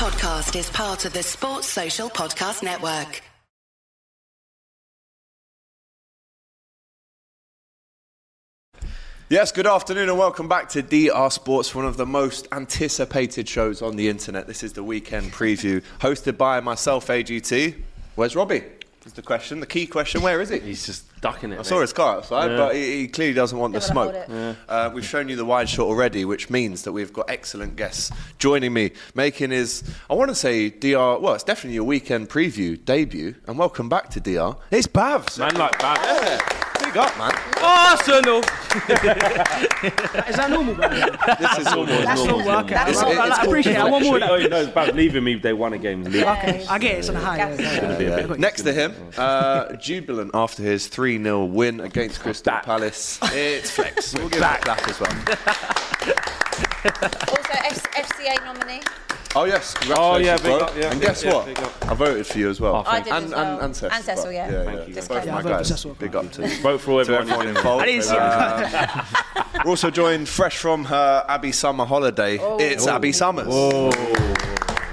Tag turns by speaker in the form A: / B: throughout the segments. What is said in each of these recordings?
A: podcast is part of the Sports Social Podcast Network.
B: Yes, good afternoon and welcome back to DR Sports, one of the most anticipated shows on the internet. This is the weekend preview, hosted by myself, AGT. Where's Robbie? Is the question, the key question. Where is he?
C: He's just ducking it.
B: I saw his car outside, but he, he clearly doesn't want the
D: Don't wanna
B: smoke.
D: hold
B: Uh, we've shown you the wide shot already, which means that we've got excellent guests joining me, making his, I want to say, DR, well, it's definitely your weekend preview debut. And welcome back to DR. It's Bavs.
C: Man like that.
B: Yeah. Big up, man.
C: Arsenal.
E: Is that normal? man?
B: This is
E: That's
B: almost
E: all
B: normal.
E: work. Okay. I,
B: It's-
E: like- I
B: it's
E: like- appreciate it. I want more of
C: Oh,
E: that.
C: no, it's bad. Leaving me, they won a game. Leave.
E: Okay, I get it. It's on a high. yeah, yeah.
B: Yeah. Next to him, uh, jubilant after his 3 0 win against Crystal
C: Back.
B: Palace. It's flex. We'll give him a clap as well.
D: Also, F- FCA nominee.
B: Oh, yes. Congratulations,
C: big
B: bro.
C: up, yeah,
B: and
C: yeah,
B: guess
C: yeah,
B: what?
C: big up.
B: I voted for you as well.
D: I did
B: and,
D: as well.
B: and, and Cecil.
D: And Cecil,
B: but-
D: yeah. Thank
B: Both
D: you. Just
B: my
D: voted
E: for
B: guys.
E: Cecil.
B: Big up to
C: Vote for
B: to
C: everyone.
B: everyone involved.
E: I didn't see
B: Um, we're also joined fresh from her Abby Summer holiday. It's Abby Summers.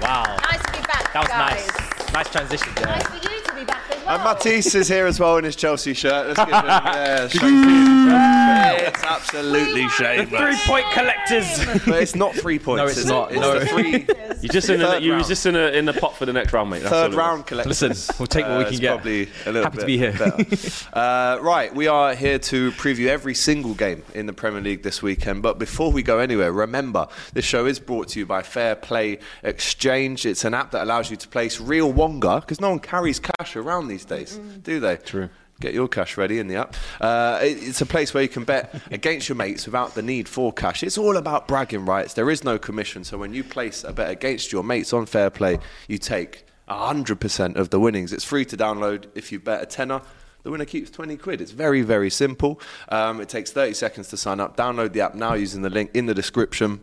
F: Wow,
D: Nice to be back,
F: that was
D: guys.
F: nice. Nice transition there.
D: Nice for you to be back as well.
B: And Matisse is here as well in his Chelsea shirt. Let's give him yeah, shameless. It's absolutely shameless.
F: Three-point collectors.
B: But it's not three points.
F: No, it's
B: is
F: not.
B: It? It's
F: No.
B: the three
C: You're just in. A,
B: Third
C: you
B: round.
C: was just in a in the pot for the next round, mate. That's all
B: third
C: it was.
B: round collectors.
F: Listen, we'll take what
B: Uh,
F: we can
B: it's
F: get.
B: Probably a little
F: Happy
B: bit
F: to be here.
B: better. uh, right, we are here to preview every single game in the Premier League this weekend. But before we go anywhere, remember this show is brought to you by Fair Play Exchange. It's an app that allows you to place real wonga because no one carries cash around these days, do they? True. Get your cash ready in the app. Uh, it- it's a place where you can bet against your mates without the need for cash. It's all about bragging rights. There is no commission. So when you place a bet against your mates on Fair Play, you take 100% of the winnings. It's free to download if you bet a tenner. The winner keeps 20 quid. It's very, very simple. Um, it takes 30 seconds to sign up. Download the app now using the link in the description.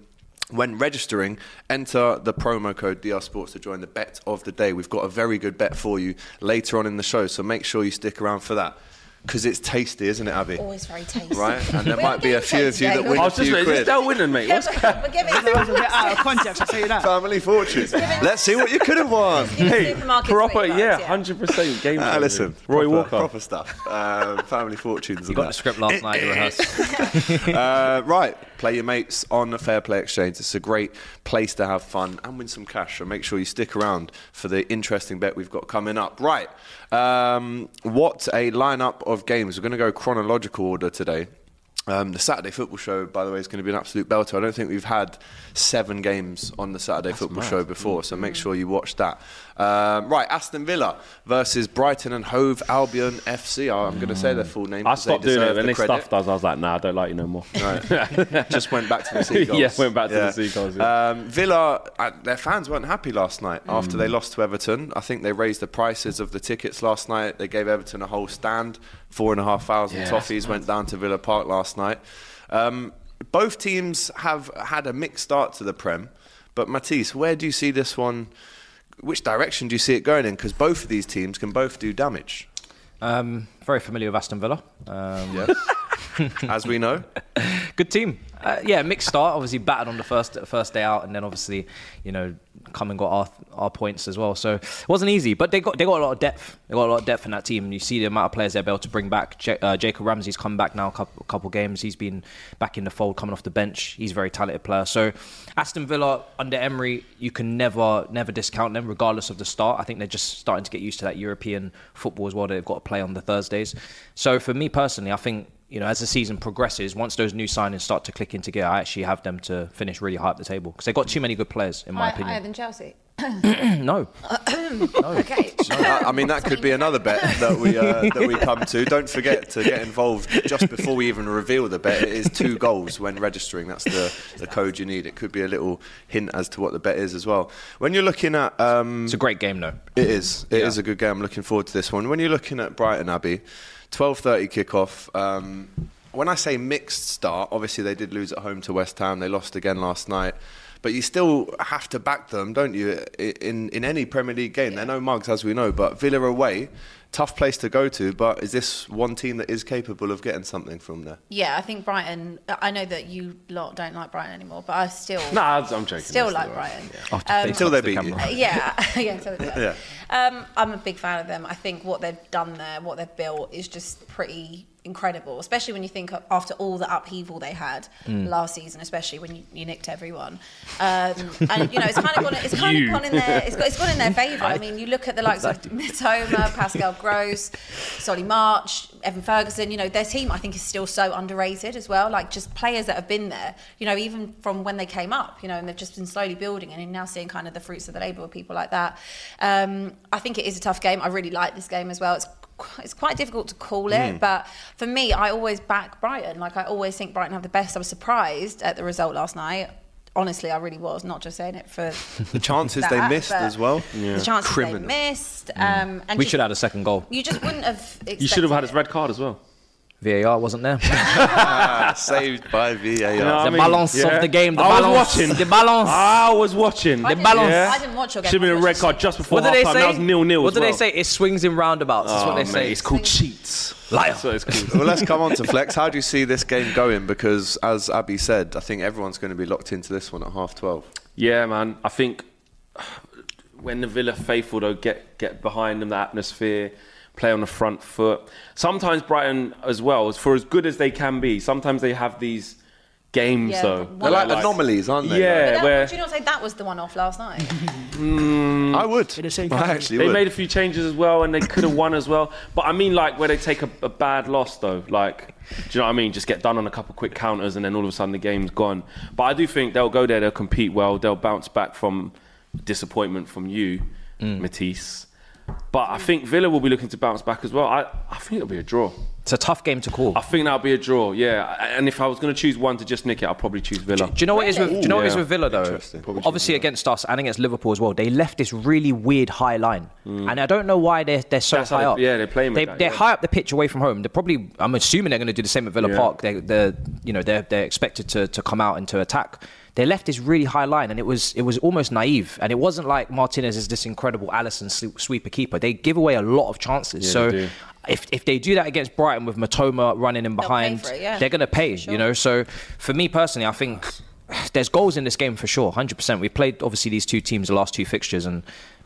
B: When registering, enter the promo code DR Sports to join the bet of the day. We've got a very good bet for you later on in the show, so make sure you stick around for that because it's tasty, isn't it, Abby?
D: Always very tasty.
B: Right? And there
D: We
B: might be a
D: didn't
B: few
D: say
B: of you that
D: today.
B: win
C: I
B: a
C: was just.
B: few
C: Is this
B: quid.
C: Del winning, mate?
D: Yeah,
C: What's-
D: but we're giving it
E: That was a bit out of context. I tell you that.
B: Family fortune. Let's see what you could have won.
D: hey,
C: Proper, yeah, hundred percent game.
B: Ah,
C: changer.
B: listen,
C: Roy
B: proper,
C: Walker.
B: proper stuff. Um, family fortunes.
F: You got the script last night, you rehearsed.
B: Uh, right, play your mates on the Fair Play Exchange. It's a great place to have fun and win some cash. So make sure you stick around for the interesting bet we've got coming up. Right, um, what a lineup of games. We're going to go chronological order today. Um, the Saturday football show, by the way, is going to be an absolute belter. I don't think we've had seven games on the Saturday football show before, so
C: Mm.
B: make sure you watch that. Um, right, Aston Villa versus Brighton and Hove Albion FC. I'm going to say their full name.
C: I
B: 'cause they
C: stopped doing it
B: deserve
C: when
B: the
C: they
B: credit.
C: stuffed us. I was like, nah, I don't like you no more.
B: Right. Just went back to the Seagulls.
C: Yeah, went back to the Seagulls, yeah. Hmm.
B: Um, Villa, uh, their fans weren't happy last night after they lost to Everton. I think they raised the prices of the tickets last night. They gave Everton a whole stand. Four and a half thousand
C: Yeah,
B: toffees went down to Villa Park last night. Um, both teams have had a mixed start to the Prem. But Matisse, where do you see this one? Which direction do you see it going in? Because both of these teams can both do damage,
F: Um, very familiar with Aston Villa. Um,
B: as we know.
F: Good team. Uh, yeah, mixed start. Obviously battered on the first first day out, and then obviously you know come and got our our points as well. So it wasn't easy, but they got they got a lot of depth. They got a lot of depth in that team. You see the amount of players they're able to bring back. Ja- uh, Jacob Ramsey's come back now a couple, couple games. He's been back in the fold, coming off the bench. He's a very talented player. So Aston Villa under Emery, you can never never discount them, regardless of the start. I think they're just starting to get used to that European football as well. That they've got to play on the Thursdays. So for me personally, I think you know, as the season progresses, once those new signings start to click into gear, I actually have them to finish really high up the table because they've got too many good players, in my
D: Higher,
F: opinion.
D: than Chelsea.
F: no,
D: Okay.
B: I I mean, that could be another bet that we uh, that we come to. Don't forget to get involved just before we even reveal the bet. It is two goals when registering. That's the, the code you need. It could be a little hint as to what the bet is as well. When you're looking at, um,
F: it's a great game though.
B: it is it is a good game. I'm looking forward to this one. When you're looking at Brighton Abbey, 12:30 kickoff. Um, when I say mixed start, obviously they did lose at home to West Ham. They lost again last night. but you still have to back them, don't you? i- In in any Premier League game, they're no mugs as we know. But Villa away, tough place to go to. But is this one team that is capable of getting something from there?
D: Yeah, I think Brighton. I know that you lot don't like Brighton anymore, but I still
C: Nah, I'm joking.
D: still
C: That's
D: like
C: all right.
D: Brighton.
B: Until they beat
D: Uh, yeah, yeah. So it's-
B: Oh, Yeah.
D: Um, I'm a big fan of them. I think what they've done there, what they've built, is just pretty incredible. Especially when you think of- after all the upheaval they had last season, especially when you, you nicked everyone. Um, and you know, it's kind of gone. It's kind
C: You.
D: of gone in their. It's, got, it's gone in their favour. I, mean, you look at the likes of Mitoma, Pascal Gross, Solly March, Evan Ferguson. You know, their team I think is still so underrated as well. Like just players that have been there. You know, even from when they came up. You know, and they've just been slowly building, and you're now seeing kind of the fruits of the labour with people like that. Um, I think it is a tough game. I really like this game as well. It's qu- it's quite difficult to call it,
B: Mm.
D: but for me, I always back Brighton. Like I always think Brighton have the best. I was surprised at the result last night. Honestly, I really was. Not just saying it for
B: The chances
D: that,
B: they missed
D: but
B: as well.
D: The chances
B: Criminal. Mm.
D: they missed. Um, and
F: We
D: just-
F: should have had a second goal.
D: You just wouldn't have. Expected
C: You should have had
D: it.
C: his red card as well.
F: VAR wasn't there.
B: Ah, Saved by VAR.
C: You know what
F: The
C: I mean?
F: balance of
C: Yeah.
F: the game. The
C: I
F: balance.
C: was watching.
F: The balance.
C: I was watching.
D: I
C: The
D: didn't-
F: balance.
D: I didn't watch your game.
C: Should have been a red card just before
F: what did they
C: half time.
F: say?
C: That was nil nil.
F: What did they say? It swings in roundabouts. That's what they say.
C: Ah, It's called cheats.
F: Liar.
C: That's what it's called.
B: well, let's come on to flex. How do you see this game going? Because as Abby said, I think everyone's going to be locked into this one at half twelve.
C: Yeah, man. I think when the Villa faithful though get get behind them, the atmosphere, play on the front foot. Sometimes Brighton as well, as for as good as they can be, sometimes they have these games
D: Yeah,
C: though.
D: one-
B: They're like,
D: Like-
B: anomalies, aren't they?
C: Yeah,
D: But that-
C: where-
D: would you not say that was the one off last night?
B: Like, I would.
E: the same
B: I
E: category.
B: actually
C: They
B: would.
C: made a few changes as well, and they could have won as well. But I mean, like where they take a, a bad loss though, like do you know what I mean? Just get done on a couple quick counters, and then all of a sudden the game's gone. But I do think they'll go there, they'll compete well, they'll bounce back from disappointment from you, Matisse. But I think Villa will be looking to bounce back as well. I, I think it'll be a draw.
F: It's a tough game to call.
C: I think that'll be a draw. Yeah. And if I was going to choose one to just nick it, I'll probably choose Villa.
F: Do you know what is with Do you know what is
C: Yeah.
F: with Villa though? Obviously against us and against Liverpool as well, they left this really weird high line, and I don't know why they're they're so
C: Hmm. That's how
F: high
C: they-
F: up.
C: yeah, they play 'em
F: They,
C: with that,
F: are
C: yeah.
F: high up the pitch away from home. They're probably I'm assuming they're going to do the same at Villa
C: Yeah.
F: Park. They they're you know they're they're expected to to come out and to attack. They left this really high line, and it was it was almost naive, and it wasn't like Martinez is this incredible Allison sweeper keeper. They give away a lot of chances,
C: Yeah,
F: so.
C: they do.
F: If, if they do that against Brighton with Matoma running in
D: pay
F: behind,
D: for it, yeah.
F: they're going to pay.
D: Sure.
F: You know, so for me personally, I think there's goals in this game for sure, hundred percent. We played obviously these two teams the last two fixtures, and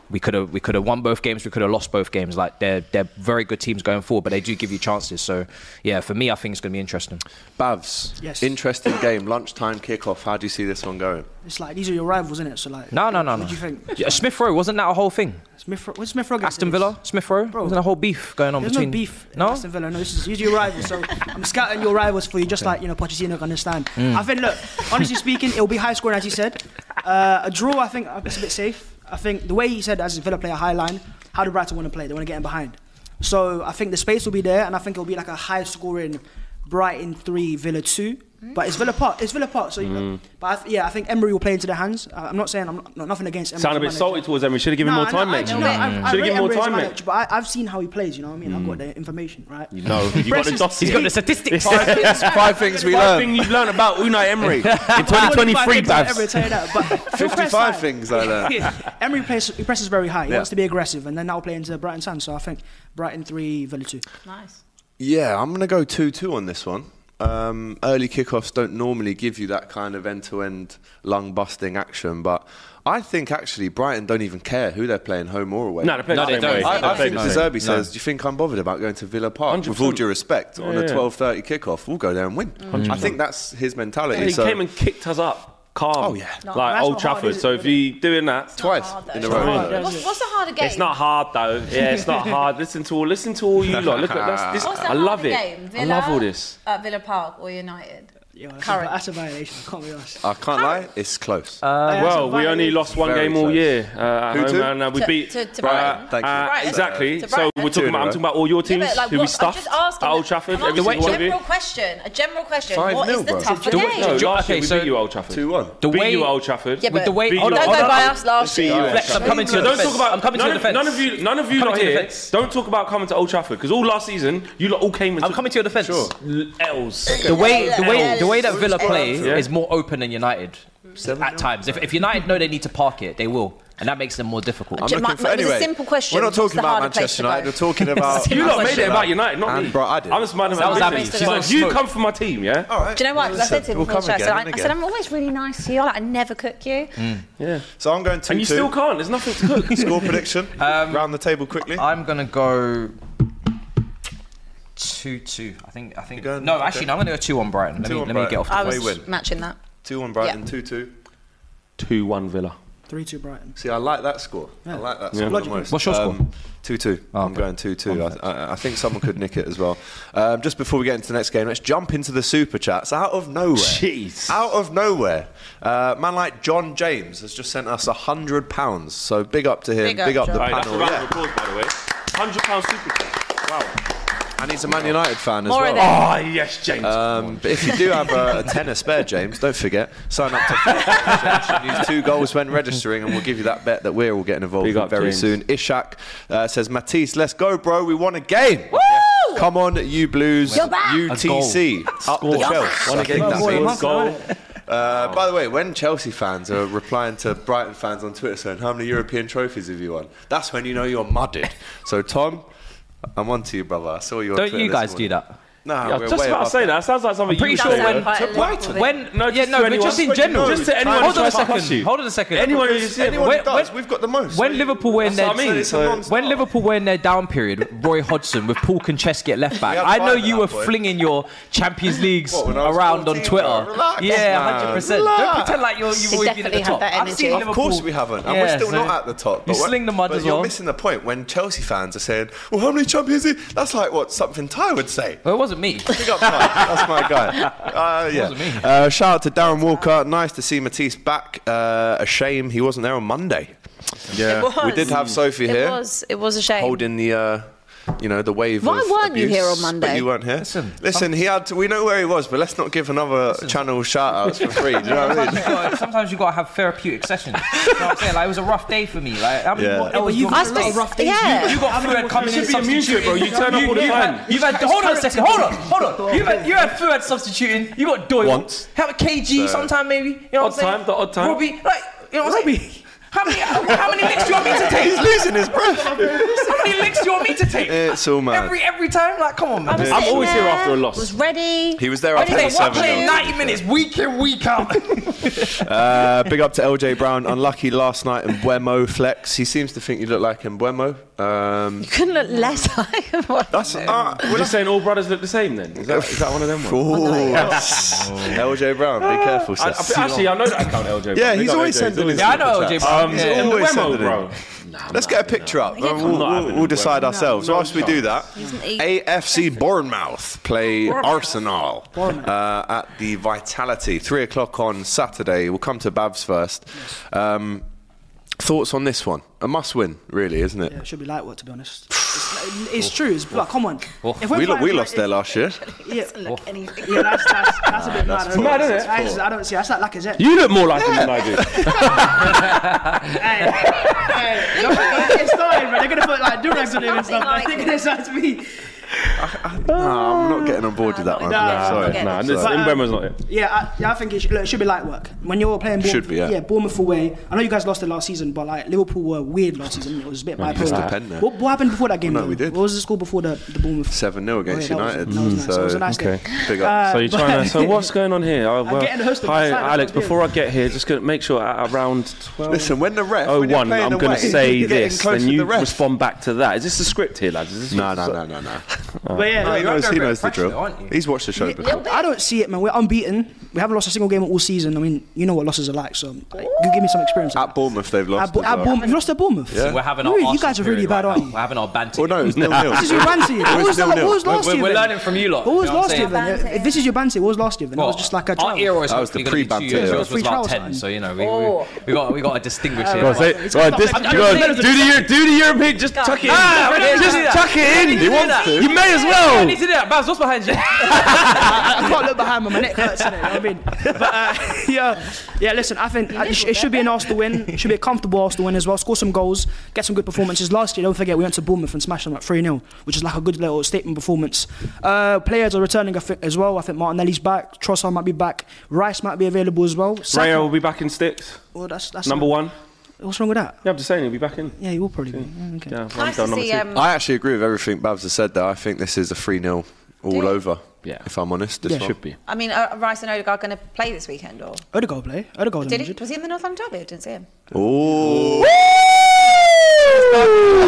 F: we could have we could have won both games, we could have lost both games. Like they're they're very good teams going forward, but they do give you chances. So yeah, for me, I think it's going to be interesting.
B: Bavs.
E: Yes.
B: Interesting game. Lunchtime kickoff. How do you see this one going?
E: It's like these are your rivals, isn't it? So like,
F: No, no, no,
E: What
F: no.
E: do you think?
F: Yeah, Smith Rowe wasn't that a whole thing?
E: Smith, Rowe- where's Smith Rowe? get
F: Aston
E: to this?
F: Villa, Smith Rowe,
E: Bro.
F: wasn't a whole beef going on
E: There's
F: between
E: no beef. in
F: No,
E: Aston Villa. No, this is these are your rivals. So I'm scouting your rivals for you, just like you know Pochettino can understand.
F: Mm.
E: I think, look, honestly speaking, it'll be high scoring as you said. Uh, a draw, I think, uh, it's a bit safe. I think the way he said as Villa play a high line, how do Brighton want to play? They want to get in behind. So I think the space will be there, and I think it'll be like a high scoring Brighton three, Villa two. But it's Villa Park. It's Villa Park. So, you
F: Mm.
E: know, but I th- yeah, I think Emery will play into their hands. I- I'm not saying I'm not, nothing against. Emery.
C: Sound a bit salty towards them. We should have given
E: No,
C: him more time,
E: no, I-
C: mate.
E: no, I- I
C: Should have
E: rate
C: given more
E: Emery as a
C: time, mate. Mm.
E: manager, But I, I've seen how he plays. You know what I mean? I've got the information, right?
C: You know, you got the
E: Precious-
C: dossier.
F: he's got the statistics.
B: Five things we
C: One
B: learned.
C: thing you've learned about Unai Emery in 2023,
E: 25 things, I'll
C: Babs.
E: ever tell you that, but Phil Press,
B: 55
E: like,
B: things I learned.
E: Emery plays, he presses very high. He
B: Yeah.
E: wants to be aggressive, and then that'll play into Brighton's hands. So I think Brighton three, Villa two.
D: Nice.
B: Yeah, I'm going to go 2 2 on this one. Um, early kickoffs don't normally give you that kind of end to end lung busting action, but I think actually Brighton don't even care who they're playing, home or away.
C: No, they play
F: No,
C: the
F: they
C: same
F: don't.
C: way.
B: I, I
C: They play
B: think
C: the
B: De
C: same
B: Zerbi says, "Do you think I'm bothered about going to Villa Park? With all
C: 100%.
B: due respect, on
C: Yeah,
B: a
C: yeah.
B: 12:30 kickoff, we'll go there and win." I think that's his mentality.
C: He
B: so
C: came and kicked us up calm.
B: Oh, yeah.
D: No,
C: like
E: that's
C: Old
E: not hard,
C: Trafford.
E: is it,
C: so if you're doing that,
B: twice
D: Not hard,
B: in
D: though.
B: a row.
C: Not
E: hard.
D: What's, what's the harder game?
C: it's not hard though. Yeah, it's not hard. Listen to all. Listen to all you lot. Look at that's, this.
D: What's the
C: I love
D: harder
C: it.
D: game?
C: I
D: Villa
C: love all this.
D: At Villa Park or United?
E: Yeah, that's,
D: Current.
E: A, that's a violation. I can't be honest.
B: I can't lie, it's close.
E: Hey, that's
C: well,
E: a
C: we only
E: violation.
C: lost one
B: Very
C: game all
B: close.
C: year. Uh, at
B: Who
C: home,
B: to?
C: and, uh, we
D: To-
C: beat
D: to- to
C: Right,
D: Brighton.
B: Thank you.
C: uh,
D: Brighton.
C: Exactly.
D: To
C: so
D: Brighton.
C: we're
B: Two in
C: talking
B: a
C: about.
B: row.
C: I'm talking about all your
D: Yeah,
C: teams
D: but, like,
C: who
D: what-
C: we
D: I'm
C: stuffed
D: just asking
C: at Old
D: a-
C: Trafford.
D: I'm
C: Every
D: asking
C: single one
D: a
C: of you.
D: general question. A general question.
B: Five
D: What is
B: nil,
D: the
B: bro.
D: tougher
F: Do you-
D: game?
F: do
C: No,
F: you-
C: last year
F: okay,
C: we
F: so-
C: beat you Old Trafford.
B: Two one.
F: the
C: beat
F: way
C: you Old Trafford.
D: Yeah, but
F: the way-
D: don't
F: hold
D: go
F: on, hold on.
D: by us last
B: you
D: year.
B: at
F: Flex, I'm coming to your
C: Don't
F: defense.
C: talk about
F: I'm coming to
C: none,
F: your
C: of-
F: defense.
C: none of you. None of you
F: coming
C: lot
F: to your
C: here.
F: defense.
C: Don't talk about coming to Old Trafford because all last season you lot all came. and
F: I'm
C: took
F: coming to your defense.
C: L's.
F: The way the way the way that Villa play
C: Yeah.
F: is more open than United at times. If, if United know they need to park it, they will, and that makes them more difficult.
D: I'm Ju- my- my- it was a simple question.
B: We're not
D: What's
B: talking
D: the
B: about
D: harder place
B: Manchester
D: to go?
B: United. We're talking about.
C: You lot made it about
B: Manchester
C: United, not
B: and,
C: me.
B: Bro, I did.
C: I'm just minding
F: That was
C: my
F: our
C: business.
F: best- that
C: But
F: was
C: you
F: smoke.
C: come from my team, yeah?
B: All right.
D: Do you know what? Like I said to him
B: We'll
D: before
B: come
D: the show, I
B: again
D: said, I,
B: and
D: I
B: again.
D: said, I'm always really nice to you. Like, I never cook you.
B: Mm,
C: Yeah.
B: So I'm going two.
C: And you
B: two.
C: still can't. There's nothing to cook.
B: Score prediction.
C: Um,
B: Round the table quickly.
F: I'm gonna go two-two. I think. I think.
B: You're going-
F: no,
B: okay.
F: actually, no, I'm gonna go two-one Brighton. Let me
B: 2-1
F: let me get off.
B: Brighton.
D: I
F: The
B: Away
D: was
B: win.
D: matching that.
B: Two one Brighton.
D: Yeah.
B: Two two.
C: 2 1 Villa.
E: 3 2 Brighton.
B: See, I like that score. I like that score.
E: Logical.
B: Almost.
F: What's your score?
B: Two two.
C: Oh,
B: I'm
F: okay.
B: going two two. I, I, I think someone could nick it as well. Um, just before we get into the next game, let's jump into the super chats out of nowhere.
C: Jeez.
B: Out of nowhere, uh, man like John James has just sent us a hundred pounds. So big up to him. Big
D: Big
B: up,
D: up,
B: the
D: John.
C: Right, that's a
B: panel.
C: round of
B: Yeah.
C: applause, by the way. £100 super chat.
B: And he's a Man United fan as
D: More
B: well.
D: of them.
C: Oh, yes, James.
B: Um, but if you do have a, a tenner spare, James, don't forget sign up to Fortnite Exchange and use two goals when registering, and we'll give you that bet that we're all getting involved
C: Big
B: in
C: up,
B: very
C: James.
B: soon. Ishak uh, says, Matisse, let's go, bro. We won a game. Come on, you Blues,
D: You're back.
B: UTC, up the Chelsea.
C: Won
B: I
C: a game.
B: think that
C: Scored
B: means-
C: a goal.
B: uh, by the way, when Chelsea fans are replying to Brighton fans on Twitter saying, How many European trophies have you won? That's when you know you're mudded. So, Tom, I'm on to you, brother. I saw you on
F: Don't
B: Twitter
F: you
B: this
F: guys
B: morning.
F: do that?
B: No,
C: I
B: we're
C: was just
B: way
C: about to
B: above
C: say that. That sounds like something
F: Pretty
C: you
F: sure
C: would say.
F: when-
D: quite a little
B: Brighton.
D: bit.
F: When
C: No,
F: yeah,
C: just
F: no,
C: to
F: but
C: anyone.
F: just in
C: Just
F: general.
C: to anyone
F: Hold on
C: who
F: a
C: tries to
F: second.
C: pass you.
F: Hold on a second.
C: Anyone who sees it.
B: Anyone
F: When-
B: who does,
F: when-
B: we've got the most.
F: When Liverpool were in
C: That's
F: their
C: what I mean.
B: It's a non-start.
F: when Liverpool were in their down period, Roy Hodgson with Paul Konchesky at left back.
B: had
F: I know
B: five at
F: you
B: that
F: were
B: point.
F: flinging your Champions Leagues
B: What, when I was
F: around
B: 14,
F: on Twitter.
B: bro? Relax,
F: yeah,
B: man.
F: hundred percent. Don't
B: Relax.
F: pretend like you're you've always been at the
D: definitely had
F: top.
D: that
F: I've seen
D: energy.
B: Of
F: Liverpool-
B: course we haven't, and
F: Yeah,
B: we're still
F: so
B: not at the top.
F: You
B: But when-
F: sling the mud
B: but
F: as
B: you're
F: well.
B: missing the point when Chelsea fans are saying, "Well, how many Champions League?" That's like what something Ty would say.
F: Well, it wasn't me.
B: Big up, Ty. That's my guy. Uh, yeah.
F: wasn't me.
B: Uh, shout out to Darren Walker. Nice to see Matisse back. Uh, a shame he wasn't there on Monday. Yeah,
D: It was.
B: we did have Sophie
D: it
B: here
D: was. It was a shame.
B: holding the. Uh, you know the wave.
D: Why
B: of
D: weren't you
B: abuse,
D: here on
B: but
D: Monday?
B: you weren't here. Listen,
F: Listen,
B: he had. To, we know where he was, but let's not give another channel shout outs for free. Do you know what I mean?
F: Sometimes you gotta- Sometimes you gotta have therapeutic sessions. You know what I'm saying? Like it was a rough day for me. Like how many
B: Yeah.
F: more
B: Yeah,
F: L's
E: but
F: do you
E: you've
F: want
E: had
F: me
E: a lot
F: to
E: of
F: take?
E: rough days.
D: Yeah.
F: You got Fuad coming in
C: should be immune to it, bro. You turn up all the
F: you've
C: time.
F: Had, you've had hold on a second. Hold on, hold on. You've had you had Fuad substituting. You got Doyle.
B: Once.
F: How about KG sometime maybe? You know
C: Odd
F: what I'm saying?
C: time, the odd time.
F: Robbie, like you know what I'm saying? How many how many licks do you want me to take?
B: He's losing his breath.
F: How many licks do you want me to take?
B: It's all mad.
F: Every every time, like come on, man.
C: I'm always here after a loss.
D: Was ready.
B: He was there
F: I
B: after
F: play
B: the
F: one
B: seven.
F: play
B: nil.
F: 90 minutes, week in, week out.
B: Uh, big up to LJ Brown. Unlucky last night in Buemo flex. He seems to think you look like in Buemo. Um,
D: You couldn't look less like him.
B: that's uh,
C: We're just saying all brothers look the same then. Is that, is that one of them ones?
B: Ooh. LJ Brown. Be careful,
C: I,
B: sir.
C: I, actually, I know that account, LJ.
B: yeah, he's
C: bro. Big up
B: always
C: LJ.
B: sending his.
F: yeah, I know LJ Brown.
C: Um,
F: yeah.
C: in
B: always
C: Wemo,
B: sending
C: bro.
B: Let's get a picture up.
D: Yeah,
B: we'll,
D: I'm
C: not
B: we'll-
C: having
B: we'll
C: it.
B: decide ourselves. Whilst we do that,
D: Isn't he-
B: AFC Bournemouth play Arsenal uh, at the Vitality. Three o'clock on Saturday. We'll come to Babs first. Um, thoughts on this one? A must win, really, isn't it?
E: Yeah, it should be lightweight, to be honest. It's,
C: Oh.
E: it's true. It's like, come on. If we're
B: We, lo-
E: playing
B: we
E: like-
B: lost there last year.
E: Yeah,
D: look anything.
E: yeah that's, that's, that's a bit mad.
C: poor.
E: isn't
C: Oh. Mad, isn't it?
E: That is- I don't see. That's not like it.
C: You look more like him than I do.
E: Hey, hey, don't don't get started, bro. They're gonna put like durags on him and stuff. I
D: Nothing
E: think
D: like
E: this has to be.
B: No, I'm not getting on board with that
D: not
B: one.
D: getting
E: on
B: Sorry.
D: board. Nah,
C: Nah,
D: Sorry.
C: and this,
E: But, um,
C: Mbemo's not it.
E: Yeah, I, yeah, I think it should, look, it should be light work. When you're playing Bournemouth,
B: Should be, yeah.
E: Bournemouth away. I know you guys lost it last season, but like Liverpool were weird last season. It was a bit
C: you
E: bipolar.
C: missed
B: a pen there.
E: What, what happened before that game?
B: No,
E: though?
B: we did.
E: What was the score before the, the Bournemouth? Oh,
B: 7 0 against
E: yeah, that was-
B: United. Mm,
E: that was nice. That was a nice
B: So,
E: game. Uh,
C: Okay.
B: big up.
C: So you're
E: but-
C: trying to. So what's going on here? Uh, well,
E: getting the host of
C: hi,
E: the side,
C: Alex.
E: that's what I'm
C: Before I get here, just gonna make sure at around twelve.
B: Listen, when the ref.
C: Oh
B: when you're
C: one,
B: playing
C: I'm going
B: away,
C: to say
B: you're getting
C: this,
B: close
C: then
B: to
C: you
B: the ref.
C: respond back to that. Is this the script here, lads? Is this
B: No, no, no, no, no.
E: But yeah,
B: No,
E: like,
B: he knows, he
F: under a bit
B: knows
F: of
B: the
F: pressure,
B: drill.
F: aren't you?
B: He's watched the show before.
E: I don't see it, man. We're unbeaten. We haven't lost a single game all season. I mean, you know what losses are like, so like, you give me some experience.
B: At Bournemouth, they've lost.
E: At, Bo-
B: as
E: at
B: well.
E: Bournemouth, we lost at Bournemouth.
B: Yeah.
F: We're having
E: You
F: our
E: really- you
F: Arsenal
E: guys are really
F: period
E: bad,
F: right
E: aren't
F: now.
E: you?
F: We're having our banter.
B: Well, Oh, no, it's nil nil.
E: This is your banter. What was, the, what was
B: nil-nil.
E: last
F: We're,
E: year?
F: we're
E: then?
F: learning from you lot.
E: What was
F: you know
E: last
F: I'm
E: year
F: saying?
E: then? If this is your banter, what was last year then? it
F: Well,
E: was just like a
F: our
E: trial.
F: era is
B: That was the
F: hopefully gonna be
B: pre-banter
F: two years,
B: era.
F: Yours
E: Free
F: was like
E: trials,
F: ten,
E: man.
F: so you know we, we, we got we got to distinguish here.
C: Say, right, this,
E: I'm- I'm
C: go on,
E: saying
C: do the Euro- do the European. Just tuck it in.
F: Ah, we don't
C: just
F: do that.
C: tuck it in.
F: We don't do that.
C: You may as
F: I
C: well.
F: need to do that. Babs, what's behind you?
E: I can't look behind my neck hurts. innit? You know what I mean? But uh, yeah, yeah. Listen, I think uh, it, sh- it should be an Arsenal win. It should be a comfortable Arsenal win as well. Score some goals, get some good performances. Last year, don't forget, we went to Bournemouth and smashed them at three 0 which is like a good little statement performance. Uh, players are returning I think, as well. I think Martinelli's back. Trossard might be back. Rice might be available as well. Saka-
C: Raya will be back in sticks.
E: well, that's, that's
C: Number one.
E: What's wrong with that?
C: Yeah, I'm just saying he'll be back in.
E: Yeah, he will probably be. Yeah, okay.
C: Yeah,
D: Nice
C: Ramsdale
D: to
C: number
D: see.
C: two.
D: Um,
B: I actually agree with everything Babs has said there. I think this is a 3 0 all
D: you?
B: over,
C: Yeah.
B: if I'm honest. This
C: Yeah,
B: one.
C: should be.
D: um, I mean, are Rice and Odegaard going to play this weekend, or
E: Odegaard play. Odegaard's
B: Mm,
D: did he?
E: injured.
D: Was he in the Northampton derby? I didn't see him.
B: Ooh. Oh,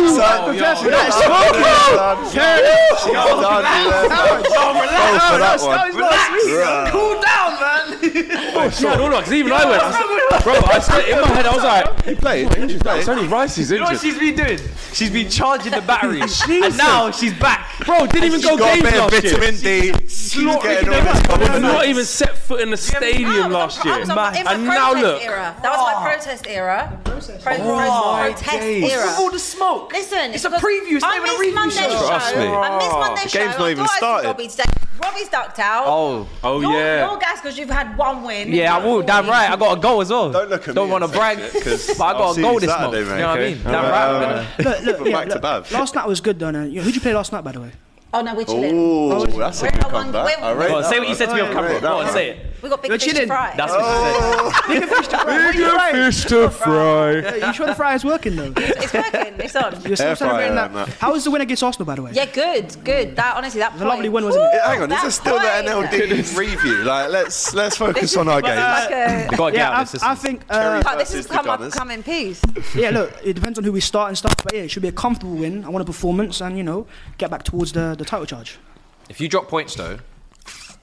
E: Cool down, man.
C: No, no, no, because even Oh, I went. I was- Bro, I said, in my head, I was like,
B: He played. He played.
C: it's only Rice who's
G: You know what
C: injured.
G: she's been doing? She's been charging the batteries, and now she's back.
C: Bro, didn't even go
B: She's got a
C: games
B: bit of
C: last year.
B: vitamin D. She's
G: Slaughtering
B: getting all this
C: I've
B: covered.
C: not even set foot in the
D: Ah, I
C: stadium
D: was
C: last
D: on- I
C: year.
D: was on my- in my
C: And now
D: protest
C: look.
D: Era. That was my protest era.
B: Oh.
D: Protest, pro-
G: my
D: protest
G: days.
D: era.
G: Look at all the smoke.
D: Listen,
G: It's a
D: because
G: preview, it's not
D: I
G: even a
D: missed
G: review
D: Monday's
G: show.
D: show.
B: Trust me.
D: I missed Monday's
B: The Oh, game's
D: show.
B: not
D: I
B: even
D: thought I saw
B: started.
D: Robbie's day. Robbie's ducked out.
G: Oh.
C: Oh,
D: You're,
C: yeah.
D: you're gassed because you've had one win.
F: Yeah, I will. Damn right. I got a goal as well.
B: Don't look at
F: Don't
B: me
F: want to
B: and take
F: brag,
B: it, 'cause
F: but I
B: I'll
F: got
B: see
F: a
B: you
F: goal this month.
B: Saturday,
F: you
B: mate,
F: know what I
B: okay?
F: mean? Damn right. I'm gonna-
E: Look, look,
B: But
E: yeah,
B: back to
E: look.
B: Babs.
E: Last night was good, though. no? Who'd you play last night, by the way?
D: Oh no, we're chilling.
B: Ooh, that's a
D: We're
B: good
D: at one-
B: comeback.
D: we're-
B: I rate
G: Go on,
B: that
G: say what you
B: one.
G: said to me on
B: I
G: camera. Go
B: rate that
G: on,
B: one.
G: say it.
D: We got big
E: You're
D: fish to
E: chilling.
D: fry.
G: That's what you said.
C: fish to fry.
E: Are you sure the fry is working, though?
D: it's working. It's on.
E: You're still
B: Air fryer,
E: celebrating that.
B: man.
E: How was the win against Arsenal, by the way?
D: Yeah, good, good. That honestly, that
E: was a lovely
D: point-
E: win, wasn't it?
D: Woo,
B: Hang on, this
D: that
B: is still the
D: point.
B: NLD review. Like, let's let's
D: This
B: focus
D: is-
B: on our
D: this is
B: game.
D: like a-
F: Got
E: Yeah,
F: yeah,
E: I, I think. Uh,
B: Cherry.
D: But this has
B: versus the
D: come up,
B: Gunners.
D: come in peace.
E: yeah, look, it depends on who we start and stuff. But yeah, it should be a comfortable win. I want a performance, and you know, get back towards the, the title charge.
F: If you drop points though,